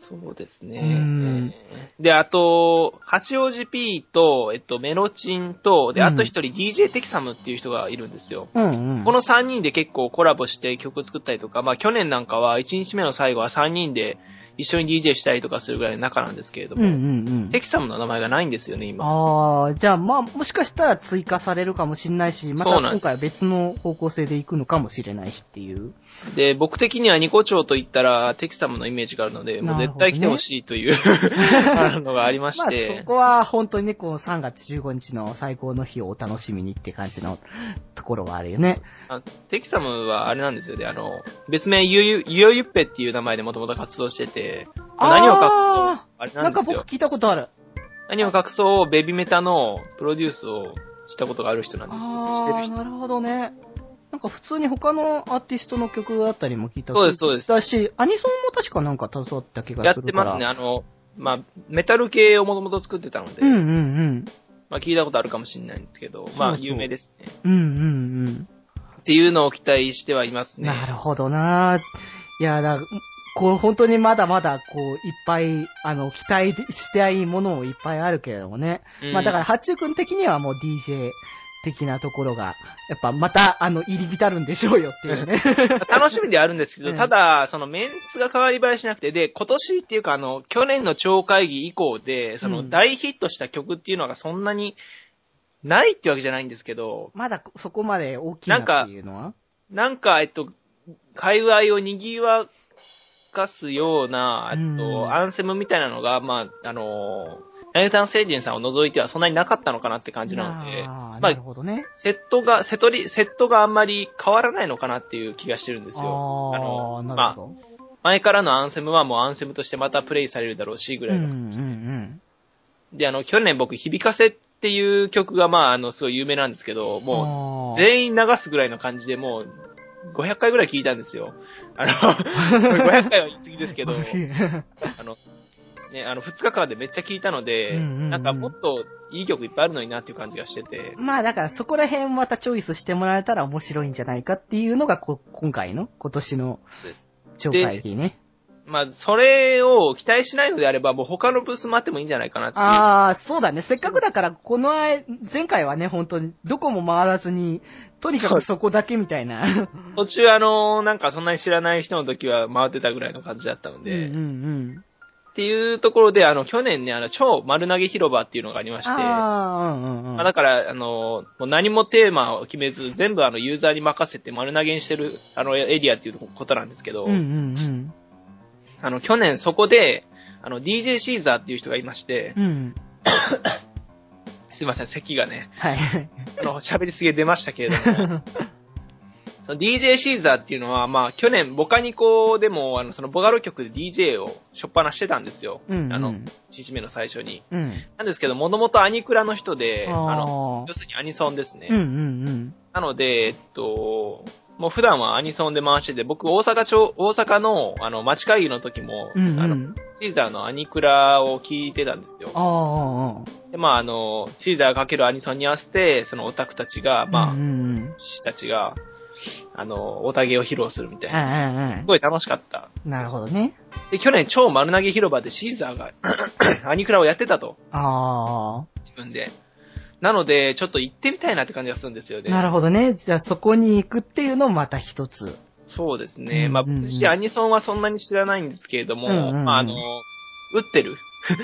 Speaker 1: そうです
Speaker 2: うん
Speaker 1: ね。で、あと、八王子 P と、えっと、メロチンと、で、あと一人 DJ テキサムっていう人がいるんですよ。
Speaker 2: うんうん。
Speaker 1: この3人で結構コラボして曲作ったりとか、まあ去年なんかは1日目の最後は3人で一緒に DJ したりとかするぐらいの仲なんですけれど
Speaker 2: うん
Speaker 1: も、
Speaker 2: うんうん。
Speaker 1: テキサムの名前がないんですよね、今。
Speaker 2: ああ、じゃあまあ、もしかしたら追加されるかもしれないし、また
Speaker 1: そうなんです
Speaker 2: 今回は別の方向性で行くのかもしれないしっていう。
Speaker 1: で、僕的にはニコ町と言ったらテキサムのイメージがあるので、もう絶対来てほしいと いう、あのがありま
Speaker 2: ま
Speaker 1: し
Speaker 2: あ
Speaker 1: て
Speaker 2: そ、こは本当にね、この3月15日の最高の日をお楽しみにって感じのところはあるよね。
Speaker 1: あテキサムはあれなんですよね、あの、別名ゆゆ、ゆよゆっぺっていう名前でもともと活動してて、何を隠そう
Speaker 2: あ
Speaker 1: あれ
Speaker 2: ー
Speaker 1: な
Speaker 2: なんん
Speaker 1: で
Speaker 2: か
Speaker 1: す
Speaker 2: 僕
Speaker 1: よ。
Speaker 2: 聞いたことある。
Speaker 1: 何を隠そう、ベビメタのプロデュースをしたことがある人なんですよ。してる
Speaker 2: ああ、
Speaker 1: 人。
Speaker 2: なるほどね。なんか普通に他のアーティストの曲だったりも聞いた
Speaker 1: そうですそうです
Speaker 2: だし、アニソンも確かなんか携わった気
Speaker 1: や
Speaker 2: が
Speaker 1: っ
Speaker 2: す
Speaker 1: て
Speaker 2: るから。
Speaker 1: ますね。あの、まあ、メタル系をもともと作ってたので、
Speaker 2: うんうんうん。
Speaker 1: まあ、聞いたことあるかもしれないんですけど、ま
Speaker 2: そう
Speaker 1: あ、
Speaker 2: そう
Speaker 1: 有名ですね。
Speaker 2: うんうんうん。
Speaker 1: っていうのを期待してはいますね。
Speaker 2: なるほどなぁいや、だ、こう、本当にまだまだ、こう、いっぱい、あの、期待したいものもいっぱいあるけれどもね。
Speaker 1: うん
Speaker 2: まあだから、八中君的にはもう DJ 的なところが、やっぱまた、あの、入り浸るんでしょうよってい うね。
Speaker 1: 楽しみではあるんですけ
Speaker 2: う
Speaker 1: ど、
Speaker 2: ん
Speaker 1: ただ、そのメンツが変わり映えしなくて、で、今年っていうか、あの、去年の超会議以降で、そうの
Speaker 2: ん
Speaker 1: 大ヒットした曲っていうのがそんなにないってわけじゃないんですけど、
Speaker 2: まだそこまで大きなっていうのは
Speaker 1: なんか、えっと、界隈を賑わかすような、えっ
Speaker 2: う
Speaker 1: と、
Speaker 2: ん
Speaker 1: アンセムみたいなのが、まあ、あの、ナイタン星人さんを除いてはそんなになかったのかなって感じなので、
Speaker 2: あ
Speaker 1: ま
Speaker 2: ーな
Speaker 1: あ
Speaker 2: るほどね。
Speaker 1: セットが、セトリ、セットがあんまり変わらないのかなっていう気がしてるんですよ。あ
Speaker 2: あ
Speaker 1: の、
Speaker 2: あ、
Speaker 1: ま
Speaker 2: なる
Speaker 1: あ、
Speaker 2: ほど。
Speaker 1: 前からのアンセムはもうアンセムとしてまたプレイされるだろうし、ぐ
Speaker 2: う
Speaker 1: らい
Speaker 2: んう
Speaker 1: の。
Speaker 2: んうん。
Speaker 1: で、あの、去年僕、響かせっていう曲が、まあ、あの、すごい有名なんですけど、もう、
Speaker 2: も
Speaker 1: 全員流すぐらいの感じでもう、500回ぐらい聞いたんですよ。あの、500回は言い過ぎです けど、あの、ね、あの、2日間でめっちゃ聞いたので、
Speaker 2: うんうんうん
Speaker 1: なんかもっといい曲いっぱいあるのになっていう感じがしてて、
Speaker 2: まあだからそこら辺またチョイスしてもらえたら面白いんじゃないかっていうのがこ今回の今年の超会議ね。
Speaker 1: まあ、それを期待しないのであれば、もう他のブースもあってもいいんじゃないかなっていう。
Speaker 2: ああ、そうだね。せっかくだから、この間、前回はね、本当に、どこも回らずに、とにかくそこだけみたいな。
Speaker 1: 途中あの、なんかそんなに知らない人の時は回ってたぐらいの感じだったの
Speaker 2: うんう
Speaker 1: で、
Speaker 2: んうん。
Speaker 1: っていうところで、あの、去年ね、あの、超丸投げ広場っていうのがありまして、
Speaker 2: ああ、うんうんうん。
Speaker 1: まあ、だから、あの、もう何もテーマを決めず、全部あの、ユーザーに任せて丸投げにしてる、あの、エリアっていうことなんですけど、
Speaker 2: うんうんうん。
Speaker 1: あの、去年そこで、あの、DJ シーザーっていう人がいまして、
Speaker 2: うん。
Speaker 1: すいません、席がね、
Speaker 2: はい。
Speaker 1: あの、喋りすぎ出ましたけれど も、その DJ シーザーっていうのは、まあ、去年、ボカニコでも、あの、そのボガロ曲で DJ をしょっぱなしてたんですよ。
Speaker 2: うんうん
Speaker 1: あの、1日目の最初に。
Speaker 2: うん。
Speaker 1: なんですけど、もともとアニクラの人で、あの、
Speaker 2: あ
Speaker 1: 要するにアニソンですね。
Speaker 2: ー。うんうんうん。
Speaker 1: なので、えっと、もう普段はアニソンで回してて、僕、大阪町、大阪の、あの、町会議の時も、
Speaker 2: うんうん。
Speaker 1: あ
Speaker 2: あ
Speaker 1: の、シーザーのアニクラを聞いてたんですよ。
Speaker 2: あー。
Speaker 1: で、まあ、あの、シーザーかけるアニソンに合わせて、そのオタクたちが、まあ
Speaker 2: う、んうんうん。
Speaker 1: 父たちが、あの、オタゲを披露するみたいな。
Speaker 2: ああ
Speaker 1: す、ごい楽しかった。
Speaker 2: なるほどね。
Speaker 1: で、去年超丸投げ広場でシーザーが、 アニクラをやってたと。
Speaker 2: あ
Speaker 1: 自分で。なので、ちょっと行ってみたいなって感じがするんですよ
Speaker 2: あ。
Speaker 1: ね。
Speaker 2: なるほどね。じゃあそこに行くっていうのもまた一つ。
Speaker 1: そうですね。まあ、
Speaker 2: うんうんうん
Speaker 1: 私、アニソンはそんなに知らないんですけれども、
Speaker 2: うんうんうん
Speaker 1: まあ、あの、打ってる。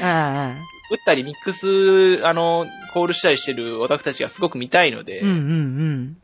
Speaker 2: あ
Speaker 1: 打ったり、ミックス、あの、コールしたりしてるオタクたちがすごく見たいので、
Speaker 2: あ。うんうん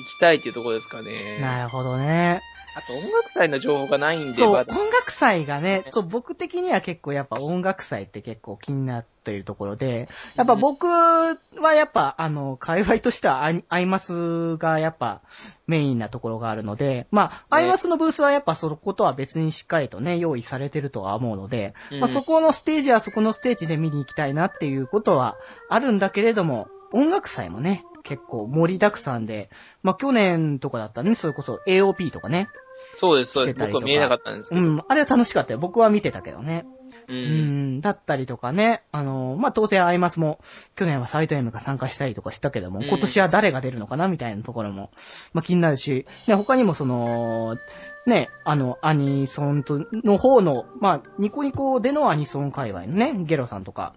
Speaker 1: 行きたいっていうところですか
Speaker 2: う
Speaker 1: ね。
Speaker 2: ん。なるほどね。
Speaker 1: あと、音楽祭の情報がないんで、
Speaker 2: そう、
Speaker 1: ま
Speaker 2: 音
Speaker 1: だ
Speaker 2: 楽祭がね、そう、僕的には結構やっぱ音楽祭って結構気になっているところで、やっぱ僕はやっぱあの、界隈としてはアイアイマスがやっぱメインなところがあるので、まあ、アイマスのブースはやっぱそのことは別にしっかりとね、用意されてるとは思うので、
Speaker 1: うん
Speaker 2: まあ、そこのステージはそこのステージで見に行きたいなっていうことはあるんだけれども、音楽祭もね、結構盛りだくさんで、まあ去年とかだったらね、それこそ AOP とかね、
Speaker 1: そうです、そうで
Speaker 2: 来
Speaker 1: す。
Speaker 2: てたり
Speaker 1: 僕は
Speaker 2: とか
Speaker 1: 見えなかったんですけ
Speaker 2: う
Speaker 1: ど。
Speaker 2: ん、あれは楽しかったよ。僕は見てたけどね。
Speaker 1: うん。
Speaker 2: うん、だったりとかね。あの、まあ、当然アイマスも、去年はサイト M が参加したりとかしたけども、
Speaker 1: うん
Speaker 2: 今年は誰が出るのかなみたいなところも、まあ、気になるし、ね、他にもその、ね、あの、アニソンと、の方の、まあ、ニコニコでのアニソン界隈のね、ゲロさんとか、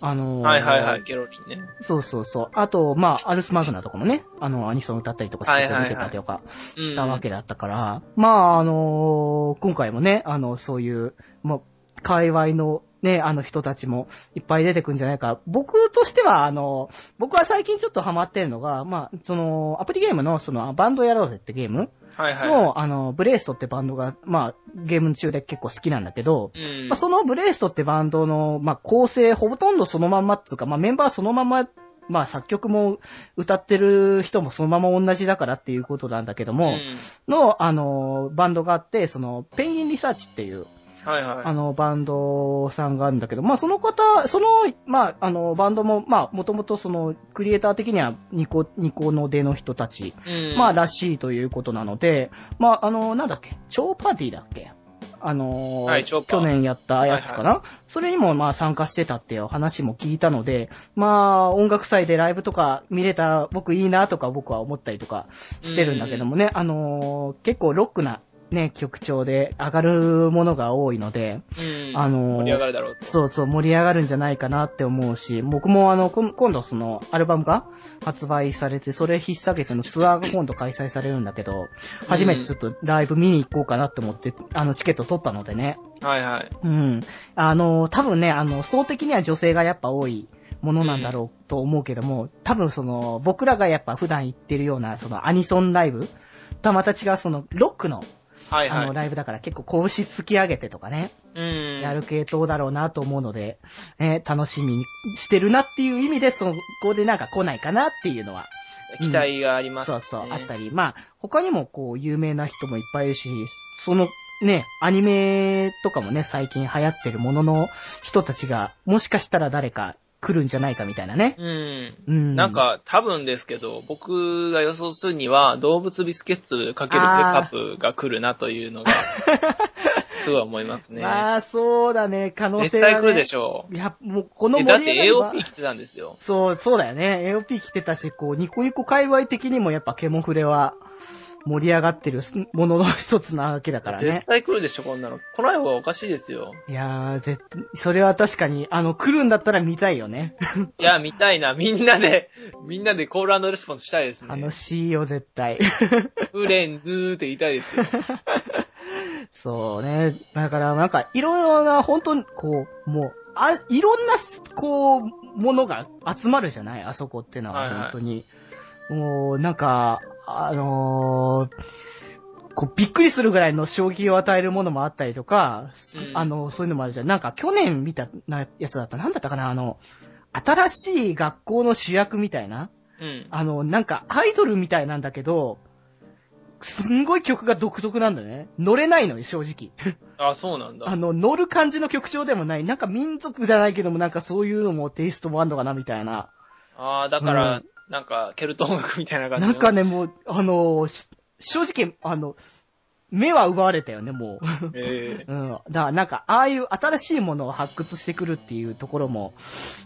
Speaker 2: あの
Speaker 1: はいはいはい、ケロリンね。
Speaker 2: そうそうそう。あと、まあ、アルスマグナとかもね、あの、アニソン歌ったりとかしてて見てたというか、
Speaker 1: いはい
Speaker 2: したわけだったから、まあ、あのー今回もね、あの、そういう、まあ、界隈のね、あの人たちもいっぱい出てくんじゃないか。僕としては、あの、僕は最近ちょっとハマってるのが、まあ、その、アプリゲームの、その、バンドやろうぜってゲーム
Speaker 1: はいはい。
Speaker 2: の、あの、ブレイストってバンドが、まあ、ゲーム中で結構好きなんだけど、
Speaker 1: うん。
Speaker 2: まあ、そのブレイストってバンドの、まあ、構成ほとんどそのまんまっつうか、まあ、メンバーそのまま、まあ、作曲も歌ってる人もそのまま同じだからっていうことなんだけど
Speaker 1: う
Speaker 2: も、
Speaker 1: ん
Speaker 2: の、あの、バンドがあって、その、ペンギンリサーチっていう、
Speaker 1: はいはい。
Speaker 2: あの、バンドさんがあるんだけど、まあ、その方、その、まあ、あの、バンドも、まあ、もともとその、クリエイター的には、ニコ、ニコの出の人たち、
Speaker 1: うん
Speaker 2: まあ、らしいということなので、まあ、あの、なんだっけ、超パーティーだっけあの、
Speaker 1: はい超
Speaker 2: 去
Speaker 1: パー
Speaker 2: 年やったやつかな、それにもまあ参加してたっていう話も聞いたので、まあ音楽祭でライブとか見れたら僕いいなとか僕は思ったりとかしてるんだけどもね、あのー結構ロックなね、曲調で上がるものが多いので、
Speaker 1: うん。
Speaker 2: あのー
Speaker 1: 盛り上がるだろうと。
Speaker 2: そうそう盛り上がるんじゃないかなって思うし、僕もあの、こん今度そのアルバムが発売されて、それ引っ提げてのツアーが今度開催されるんだけど、初めてちょっとライブ見に行こうかなって思って、あの、チケット取ったのでね。
Speaker 1: はいはい。
Speaker 2: うん。あの、多分ね、あの、層的には女性がやっぱ多いものなんだろうと思うけども、多分その、僕らがやっぱ普段行ってるような、そのアニソンライブとはまた違う、その、ロックの、
Speaker 1: はい
Speaker 2: あの、
Speaker 1: はい。
Speaker 2: ライブだから結構拳突き上げてとかね、
Speaker 1: うん。
Speaker 2: やる系統だろうなと思うので、ね、楽しみにしてるなっていう意味で、そこでなんか来ないかなっていうのは、
Speaker 1: 期待があります、
Speaker 2: そ
Speaker 1: ね
Speaker 2: うそう、あったり、まあ、他にもこう、有名な人もいっぱいいるし、その、ね、アニメとかもね、最近流行ってるものの人たちが、もしかしたら誰か来るんじゃないかみたいなね。
Speaker 1: うん。
Speaker 2: うん。
Speaker 1: なん、か、多分ですけど、僕が予想するには、動物ビスケッツ×ケカップが来るなというの が、すごい思いますね。
Speaker 2: まあ、そうだね、可能
Speaker 1: 絶
Speaker 2: 性は、ね。
Speaker 1: 対来るでしょ
Speaker 2: いや、もうこ
Speaker 1: う。
Speaker 2: の
Speaker 1: えだって
Speaker 2: 盛り上がりは
Speaker 1: AOP 来てたんですよ。
Speaker 2: そう、そうだよね。AOP 来てたし、こう、ニコニコ界隈的にもやっぱケモフレは盛り上がってるものの一つなわけだからね
Speaker 1: 絶。対来るでしょ、こんなの。来ない方がおかしいですよ。
Speaker 2: いやー、絶対、それは確かに、あの、来るんだったら見たいよね。
Speaker 1: いや、見たいな。みんなで、みんなでコールレスポンスしたいですね。
Speaker 2: あの C よ、絶対。
Speaker 1: フレンズーって言いたいですよ。
Speaker 2: そうね。だから、なんか、いろいろな、本当に、こう、もう、あ、いろんな、こう、ものが集まるじゃないあそこっての
Speaker 1: はい
Speaker 2: は、
Speaker 1: はい
Speaker 2: 本当に。もう、なんか、あのーこう、びっくりするぐらいの衝撃を与えるものもあったりとか、す
Speaker 1: うん
Speaker 2: あの、そういうのもあるじゃん。なんか、去年見たなやつだった。なんだったかなあの、新しい学校の主役みたいな
Speaker 1: うん。
Speaker 2: あの、なんか、アイドルみたいなんだけど、すんごい曲が独特なんだよね。乗れないのよ、正直。
Speaker 1: あ、そうなんだ。
Speaker 2: あの、乗る感じの曲調でもない。なんか民族じゃないけども、なんかそういうのもテイストもあんのかな、みたいな。
Speaker 1: ああ、だから、なんか、ケルト音楽みたいな感じ
Speaker 2: な
Speaker 1: の。
Speaker 2: んかね、もう、あの、し正直、あの、目は奪われたよね、もう。
Speaker 1: ええ
Speaker 2: うん。だから、なんか、ああいう新しいものを発掘してくるっていうところも、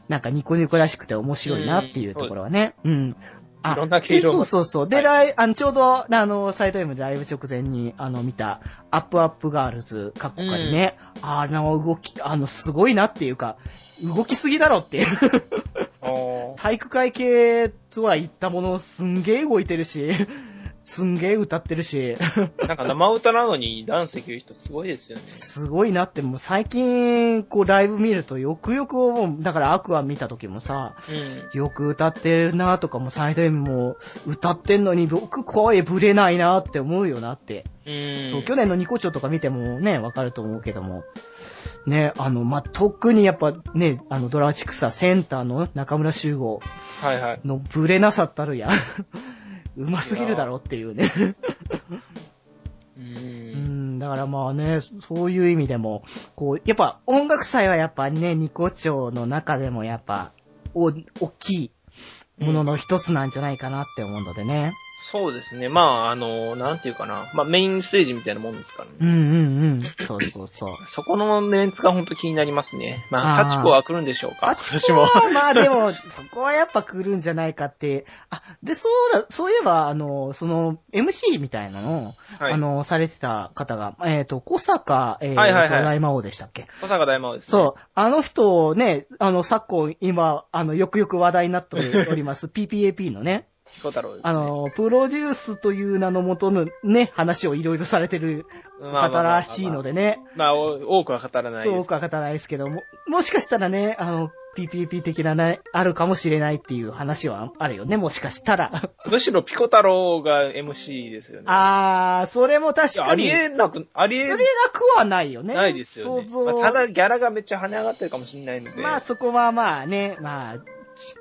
Speaker 2: なんかニコニコらしくて面白いなっていうところはね。うん。あ
Speaker 1: いろんな毛色
Speaker 2: でそ
Speaker 1: が
Speaker 2: うそうそう。で、
Speaker 1: はい
Speaker 2: ライあのちょうど、あの、サイド M でライブ直前に、あの、見た、アップアップガールズ、かっこかりね、あの動き、あの、すごいなっていうか、動きすぎだろっていう。
Speaker 1: おー
Speaker 2: 体育会系とは言ったもの、すんげえ動いてるし、すんげえ歌ってるし。
Speaker 1: なんか生歌なのにダンスできる人すごいですよね。
Speaker 2: すごいなって、もう最近、こうライブ見るとよくよく思う。だからアクア見た時もさ、よく歌ってるなとかもサイド M も歌ってんのによく声ぶれないなって思うよなって。
Speaker 1: うん。うん。
Speaker 2: そう、去年のニコチョとか見てもね、わかると思うけども。ね、あの、まあ、特にやっぱね、あの、ドラチクサセンターの中村修吾
Speaker 1: はいはい。
Speaker 2: のぶれなさったるや。 うますぎるだろっていうね。
Speaker 1: う。
Speaker 2: うんん、だからまあね、そういう意味でも、こう、やっぱ音楽祭はやっぱね、ニコ町の中でもやっぱ、お、大きいものの一つなんじゃないかなって思うのでね。
Speaker 1: そうですね。まあ、あの、なんていうかな。まあ、メインステージみたいなもんですから
Speaker 2: う
Speaker 1: ね。
Speaker 2: んうんうん。そうそうそう。
Speaker 1: そこのメンツが本当気になりますね。ま
Speaker 2: あ
Speaker 1: あ、
Speaker 2: ー
Speaker 1: サチコは来るんでしょうか。
Speaker 2: 幸
Speaker 1: 私も。
Speaker 2: まあでも、そこはやっぱ来るんじゃないかって。あ、で、そうだ、そういえば、あの、その、MC みたいなのを、
Speaker 1: はい
Speaker 2: あ。の、されてた方が、えっ、と、小坂、えっ、ー、
Speaker 1: はいはいはい
Speaker 2: と大魔王でしたっけ
Speaker 1: 小坂大魔王です、ね。
Speaker 2: そう。あの人をね、あの、昨今、今、あの、よくよく話題になっており ます、PPAP のね、
Speaker 1: 彦太郎です、ね。
Speaker 2: あの、プロデュースという名のもとのね、話をいろいろされてる
Speaker 1: まあ、まあ
Speaker 2: 方らしいの。でね、
Speaker 1: まあ、まあまあお多くは語らないです。
Speaker 2: そう多くは語らないですけども、もしかしたらね、あの、PPAP 的なね、あるかもしれないっていう話はあるよね、もしかし たら。
Speaker 1: むしろピコ太郎が MC ですよね。
Speaker 2: あー、それも確
Speaker 1: いや
Speaker 2: か
Speaker 1: あり
Speaker 2: に、ありえ
Speaker 1: えなく、ありえ
Speaker 2: なくはないよね。
Speaker 1: ないですよね。
Speaker 2: 想像
Speaker 1: まあただギャラがめっちゃ跳ね上がってるかもしれないので。
Speaker 2: まあそこはまあね、まあ、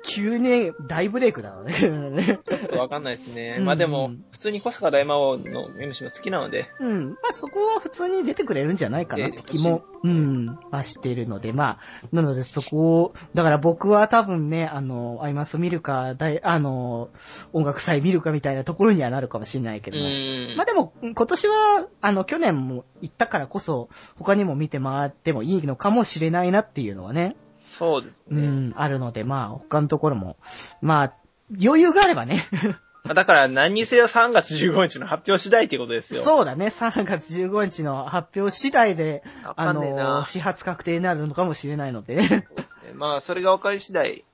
Speaker 2: 9年、大ブレイクだろうね。
Speaker 1: ちょっとわかんないですね。
Speaker 2: うん
Speaker 1: まあでも、普通に小坂大魔王の MC も好きなので、
Speaker 2: うん。まあそこは普通に出てくれるんじゃないかなって気も、うん、まあしてるので、まあ、なのでそこを、だから僕は多分ね、あの、アイマス見るか、大あの、音楽祭見るかみたいなところにはなるかもしれないけ
Speaker 1: う
Speaker 2: ども。
Speaker 1: ん。
Speaker 2: まあでも、今年は、あの、去年も行ったからこそ、他にも見て回ってもいいのかもしれないなっていうのはね、
Speaker 1: そうです
Speaker 2: う
Speaker 1: ね。
Speaker 2: ん、あるので、まあ、他のところも、まあ、余裕があればね、
Speaker 1: まあだから何にせよ3月15日の発表次第っていうことですよ。
Speaker 2: そうだね、3月15日の発表次第で、
Speaker 1: わか
Speaker 2: あ
Speaker 1: んねえ
Speaker 2: の、
Speaker 1: な。
Speaker 2: 始発確定になるのかもしれないので ね。
Speaker 1: そうですね。まあ、それが分かり次第。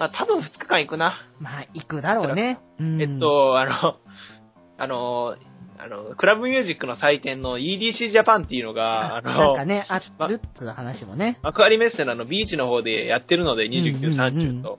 Speaker 1: まあ、多分2日間行くな。
Speaker 2: まあ、行くだろうね。うん
Speaker 1: えっ、と、あの、あの、あの、クラブミュージックの祭典の EDC ジャパンっていうのが、あ
Speaker 2: なん
Speaker 1: の、
Speaker 2: かね、あるっつう話もね。
Speaker 1: 幕張メッセのあのビーチの方でやってるので、29、
Speaker 2: うんうん
Speaker 1: 30と。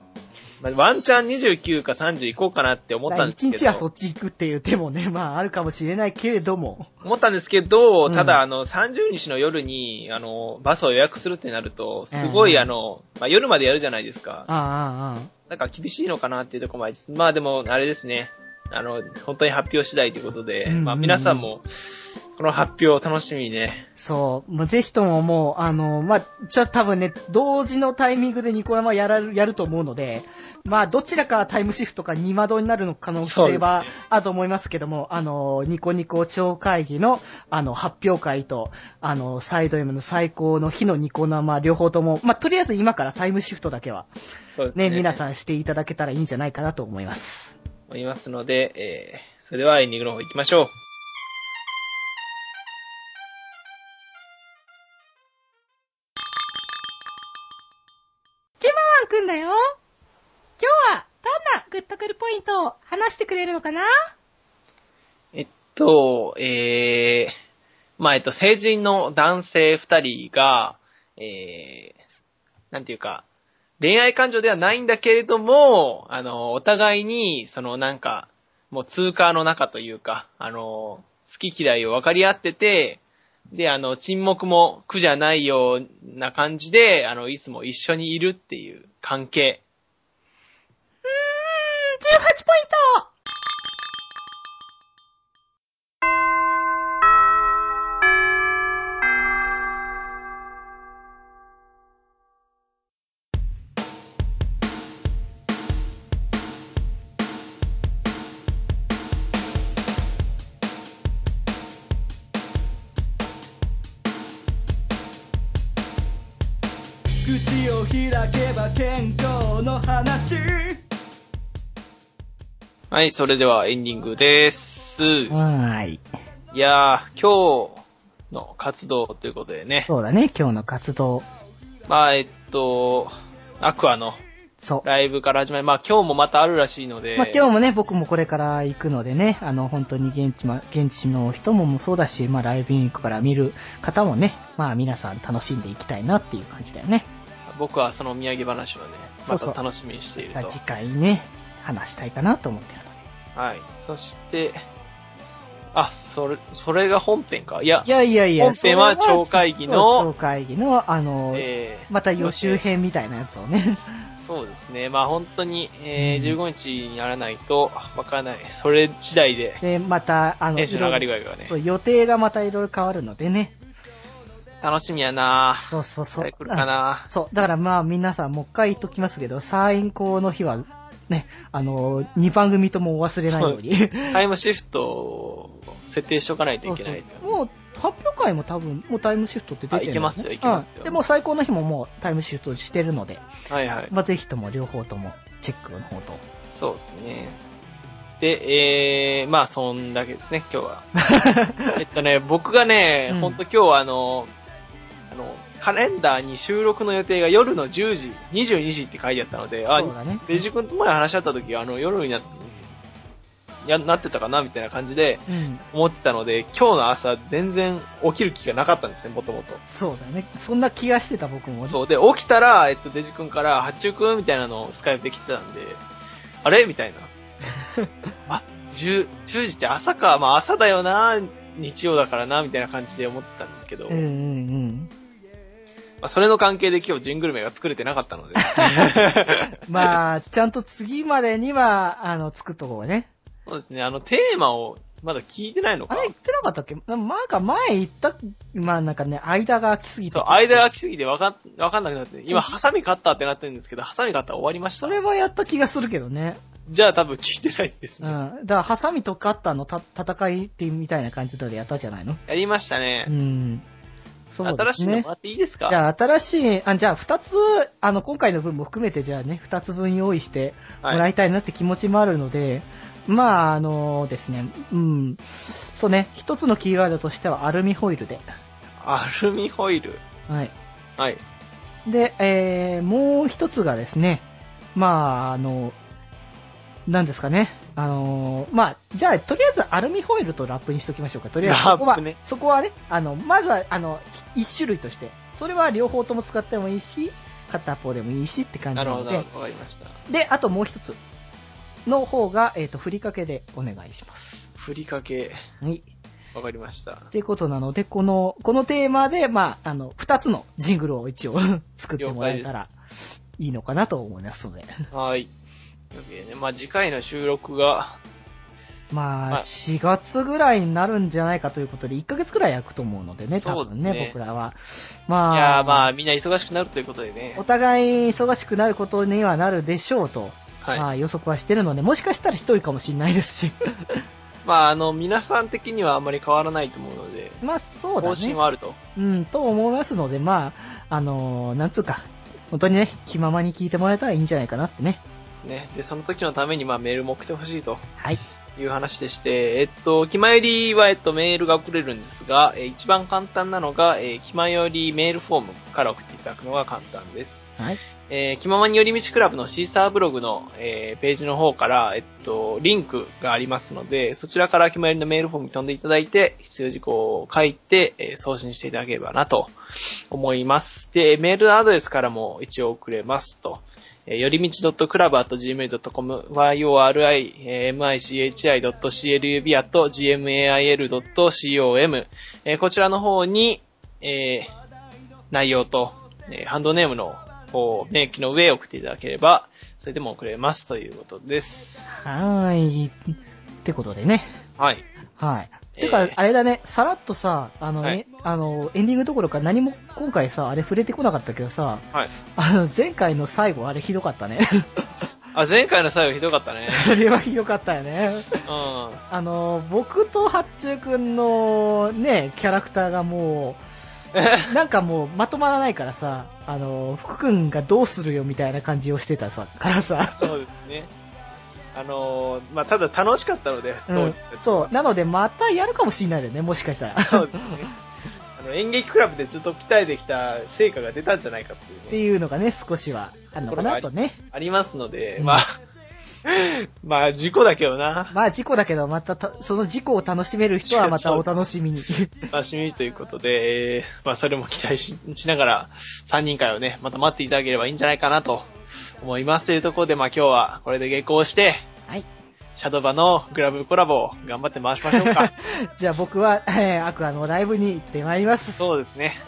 Speaker 1: まあ、ワンチャン29か30行こうかなって思ったんですけ
Speaker 2: 1
Speaker 1: ど。
Speaker 2: 日はそっち行くっていう手もね、まああるかもしれないけれども。
Speaker 1: 思ったんですけど、
Speaker 2: うん
Speaker 1: ただ、あの、30日の夜に、あの、バスを予約するってなると、すごい、
Speaker 2: うん
Speaker 1: あの、まあ、夜までやるじゃないですか。
Speaker 2: ああ、ああ、
Speaker 1: なんか厳しいのかなっていうところもあります。まあ、でも、あれですね。あの、本当に発表次第ということで、
Speaker 2: うんうんうん
Speaker 1: まあ、皆さんも、この発表を楽しみにね。
Speaker 2: そう。もうぜひとももう、あの、まあ、じゃあ多分ね、同時のタイミングでニコ生やらる、やると思うので、まあ、どちらかタイムシフトか二窓になるの可能
Speaker 1: そうです
Speaker 2: 性
Speaker 1: ね
Speaker 2: はあると思いますけども、あの、ニコニコ超会議の、あの、発表会と、あの、サイド M の最高の日のニコ生、両方とも、まあ、とりあえず今からタイムシフトだけは、
Speaker 1: そうですね。
Speaker 2: ね、皆さんしていただけたらいいんじゃないかなと思います。
Speaker 1: 思いますので、えー、それではエンディングの方行きましょう。
Speaker 3: パンくんだよ。今日は、どんなグッとくるポイントを話してくれるのかな
Speaker 1: えっと、えー、まあ、えっと、成人の男性二人が、えー、なんていうか、恋愛感情ではないんだけれども、あの、お互いに、そのなんか、もう通過の中というか、あの、好き嫌いを分かり合ってて、で、あの、沈黙も苦じゃないような感じで、あの、いつも一緒にいるっていう関係。
Speaker 3: うーん、18ポイント
Speaker 2: 口を開けば健康の話
Speaker 1: はい、それではエンディングです。
Speaker 2: はーい。
Speaker 1: いやー、今日の活動ということでね。
Speaker 2: そうだね、今日の活動。
Speaker 1: まあ、えっと、アクアの
Speaker 2: そう。
Speaker 1: ライブから始まり、まあ今日もまたあるらしいので、
Speaker 2: まあ、今日もね、僕もこれから行くのでね、あの、本当に現地ま、現地の人もそうだし、まあ、ライブインクから見る方もね、まあ、皆さん楽しんでいきたいなっていう感じだよね。
Speaker 1: 僕はそのお土産話をね、
Speaker 2: そ
Speaker 1: ま
Speaker 2: うそう
Speaker 1: た楽しみにしていると。
Speaker 2: 次回ね、話したいかなと思ってるので。
Speaker 1: はい。そして、あ、それ、それが本編か。いや、
Speaker 2: いやいやいや、
Speaker 1: 本編は
Speaker 2: それ
Speaker 1: 超会議の
Speaker 2: そう超会議の、あの、
Speaker 1: えー
Speaker 2: また予習編みたいなやつをね。
Speaker 1: そうですね。まあ本当に、えー
Speaker 2: うん
Speaker 1: 15日にならないとわからない。それ次第で、
Speaker 2: で、また、あの、
Speaker 1: テンションの上がり
Speaker 2: い
Speaker 1: 具
Speaker 2: ろ
Speaker 1: 合が
Speaker 2: いろ
Speaker 1: ね
Speaker 2: そ、う、予定がまたいろいろ変わるのでね。
Speaker 1: 楽しみやな
Speaker 2: そうそうそ
Speaker 1: ぁ。
Speaker 2: う。
Speaker 1: 来るかな
Speaker 2: そう、だからまあ皆さんもう一回言っときますけど、サイン校の日は、ね、あの、2番組ともお忘れないように。
Speaker 1: タイムシフトを設定しておかないと
Speaker 2: そ
Speaker 1: いうけ
Speaker 2: そ。。
Speaker 1: ないう
Speaker 2: もう、発表会も多分、もうタイムシフトって出てる、
Speaker 1: あいけますよいけますよ
Speaker 2: うんでも最高の日ももうタイムシフトしてるので、
Speaker 1: はいはい。
Speaker 2: まあぜひとも両方ともチェックの方と。
Speaker 1: そうですね。で、えー、まあ、そんだけですね、今日 は。えっとね、僕がね
Speaker 2: う、ん
Speaker 1: ほんと今日はあの、あの、カレンダーに収録の予定が夜の10時、22時って書いてあったので、あ
Speaker 2: そう、だね。
Speaker 1: デジ君と前話し合った時、あの、夜になって、や、なってたかなみたいな感じで
Speaker 2: うん。
Speaker 1: 思ってたので、今日の朝全然起きる気がなかったんですね、もともと。
Speaker 2: そうだね。そんな気がしてた僕も。
Speaker 1: そう。で、起きたら、えっと、デジ君から、発注君みたいなのをスカイプで来てたんで、あれみたい な。あ、10、10時って朝か、まあ朝だよな、日曜だからな、みたいな感じで思ってたんですけど、
Speaker 2: うんう
Speaker 1: ま
Speaker 2: んうん。
Speaker 1: あ、それの関係で今日ジングルメが作れてなかったの で、
Speaker 2: まあ、ちゃんと次までには、あの、作っとこうね。
Speaker 1: そうですね、あの、テーマをまだ聞いてないの
Speaker 2: あ
Speaker 1: か。
Speaker 2: れ言ってなかったっけなんか前言った、まあなんかね、間が空きすぎて。
Speaker 1: そう、間が空きすぎてわかん、わかんなくなって、今、ハサミ買ったってなってるんですけど、ハサミ買った終わりました
Speaker 2: そ。れはやった気がするけどね。
Speaker 1: じゃあ多分聞いてないんです
Speaker 2: うん。
Speaker 1: ね。
Speaker 2: だから、ハサミとカッターのた戦いってみたいな感じでやったじゃないの
Speaker 1: やりましたね
Speaker 2: う。ん。そうで
Speaker 1: 新し
Speaker 2: す
Speaker 1: いの
Speaker 2: ね
Speaker 1: も。らっていいですか
Speaker 2: じゃあ、新しい、あ、じゃあ、二つ、あの、今回の分も含めて、じゃあね、二つ分用意しても
Speaker 1: はい
Speaker 2: らいたいなって気持ちもあるので、まあ、あのですね、うん。そうね、一つのキーワードとしてはアルミホイルで。
Speaker 1: アルミホイル。
Speaker 2: はい。
Speaker 1: はい。
Speaker 2: で、えー、もう一つがですね、まあ、あの、なんですかね。あのーまあ、じゃあ、とりあえずアルミホイルとラップにしときましょうか。とりあえず、
Speaker 1: ラ
Speaker 2: そこ
Speaker 1: ッ
Speaker 2: は、
Speaker 1: プね
Speaker 2: そこはね、あの、まずは、あの、ひ一種類として。それは両方とも使ってもいいし、片方でもいいしって感じ
Speaker 1: な
Speaker 2: な
Speaker 1: るほ
Speaker 2: の
Speaker 1: ど、
Speaker 2: で
Speaker 1: わ。かりました。
Speaker 2: で、あともう一つの方が、えっ、と、ふりかけでお願いします。
Speaker 1: ふりかけ、
Speaker 2: はい。
Speaker 1: わかりました。
Speaker 2: っていうことなので、この、このテーマで、まあ、あの、二つのジングルを一応 作ってもらえたらいいのかなと思いますので。
Speaker 1: はい。というわけでね、まあ次回の収録が、
Speaker 2: まあ、
Speaker 1: はい
Speaker 2: 4月ぐらいになるんじゃないかということで、1ヶ月ぐらい空くと思うのでね、多分
Speaker 1: そう
Speaker 2: ね、
Speaker 1: ですね
Speaker 2: 僕らは。まあ、
Speaker 1: いやーまあみんな忙しくなるということでね
Speaker 2: お。互い忙しくなることにはなるでしょうと、
Speaker 1: はい。
Speaker 2: まあ予測はしてるので、もしかしたら一人かもしれないですし。
Speaker 1: まああの、皆さん的にはあんまり変わらないと思うので、
Speaker 2: まあ、そうだ
Speaker 1: 方
Speaker 2: ね。
Speaker 1: 針はあると。
Speaker 2: うん、と思いますので、まあ、あのーなんつうか、本当にね、気ままに聞いてもらえたらいいんじゃないかなってね。
Speaker 1: ですね。で、その時のためにまあメールも送ってほしいと
Speaker 2: はい。
Speaker 1: いう話でして、えっと、気前よりは、えっと、メールが送れるんですが、えー一番簡単なのが、えー、気前よりメールフォームから送っていただくのが簡単です。
Speaker 2: はい。
Speaker 1: えー気ままに寄り道クラブのシーサーブログの、えーページの方から、えっと、リンクがありますので、そちらから気まよりのメールフォームに飛んでいただいて、必要事項を書いて、えー送信していただければなと思います。で、メールアドレスからも一応送れますと。えー、よりみち .club.gmail.com、yorimichi.club.gmail.com、えーこちらの方に、えー内容と、えーハンドネームの方を明記の上送っていただければ、それでも送れますということです。
Speaker 2: はーい。ってことでね。
Speaker 1: はい。
Speaker 2: はい。
Speaker 1: えー
Speaker 2: てか、あれだね、さらっとさ、あの、
Speaker 1: はい
Speaker 2: えあの、エンディングどころか何も今回さ、あれ触れてこなかったけどさ、
Speaker 1: はい。
Speaker 2: あの、前回の最後あれひどかったね。
Speaker 1: あ、前回の最後ひどか ったね。
Speaker 2: あれはひどかったよね。
Speaker 1: うん。は
Speaker 2: あの、僕と八中くんのね、キャラクターがも う、なんかもうまとまらないからさ、あの、福くんがどうするよみたいな感じをしてたさ、からさ。
Speaker 1: そうですね。あのーまあ、ただ楽しかったので、
Speaker 2: うん、
Speaker 1: う。
Speaker 2: そう。なので、またやるかもしれないよね、もしかしたら。
Speaker 1: そう
Speaker 2: っ
Speaker 1: ですね。あの、演劇クラブでずっと鍛えてきた成果が出たんじゃないかっていうね。
Speaker 2: ていうのがね、少しはあるのかなとね。
Speaker 1: ありますので、
Speaker 2: うん
Speaker 1: まあ、 まあ、事故だけどな。
Speaker 2: まあ、事故だけど、またた、その事故を楽しめる人はまたお楽し みに。
Speaker 1: 楽しみということで、えーまあ、それも期待ししながら、3人会をね、また待っていただければいいんじゃないかなと思います。というところで、まあ、今日はこれで下校して、
Speaker 2: はい。
Speaker 1: シャドバのグラブコラボを頑張って回しましょうか。
Speaker 2: じゃあ、僕は、えー、アクアのライブに行ってまいります。
Speaker 1: そうですね。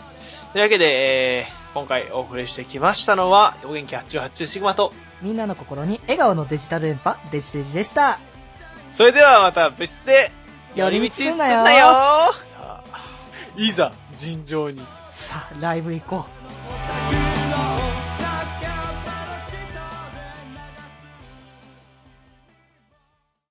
Speaker 1: というわけで、えー今回お送りしてきましたのは、お元気発注発注シグマと、
Speaker 2: みんなの心に笑顔のデジタル電波、デジデジでした。
Speaker 1: それではまた部室で、
Speaker 2: 寄り道すんなよ
Speaker 1: 寄り道すんなよさあいざ、尋常に。
Speaker 2: さあ、ライブ行こう。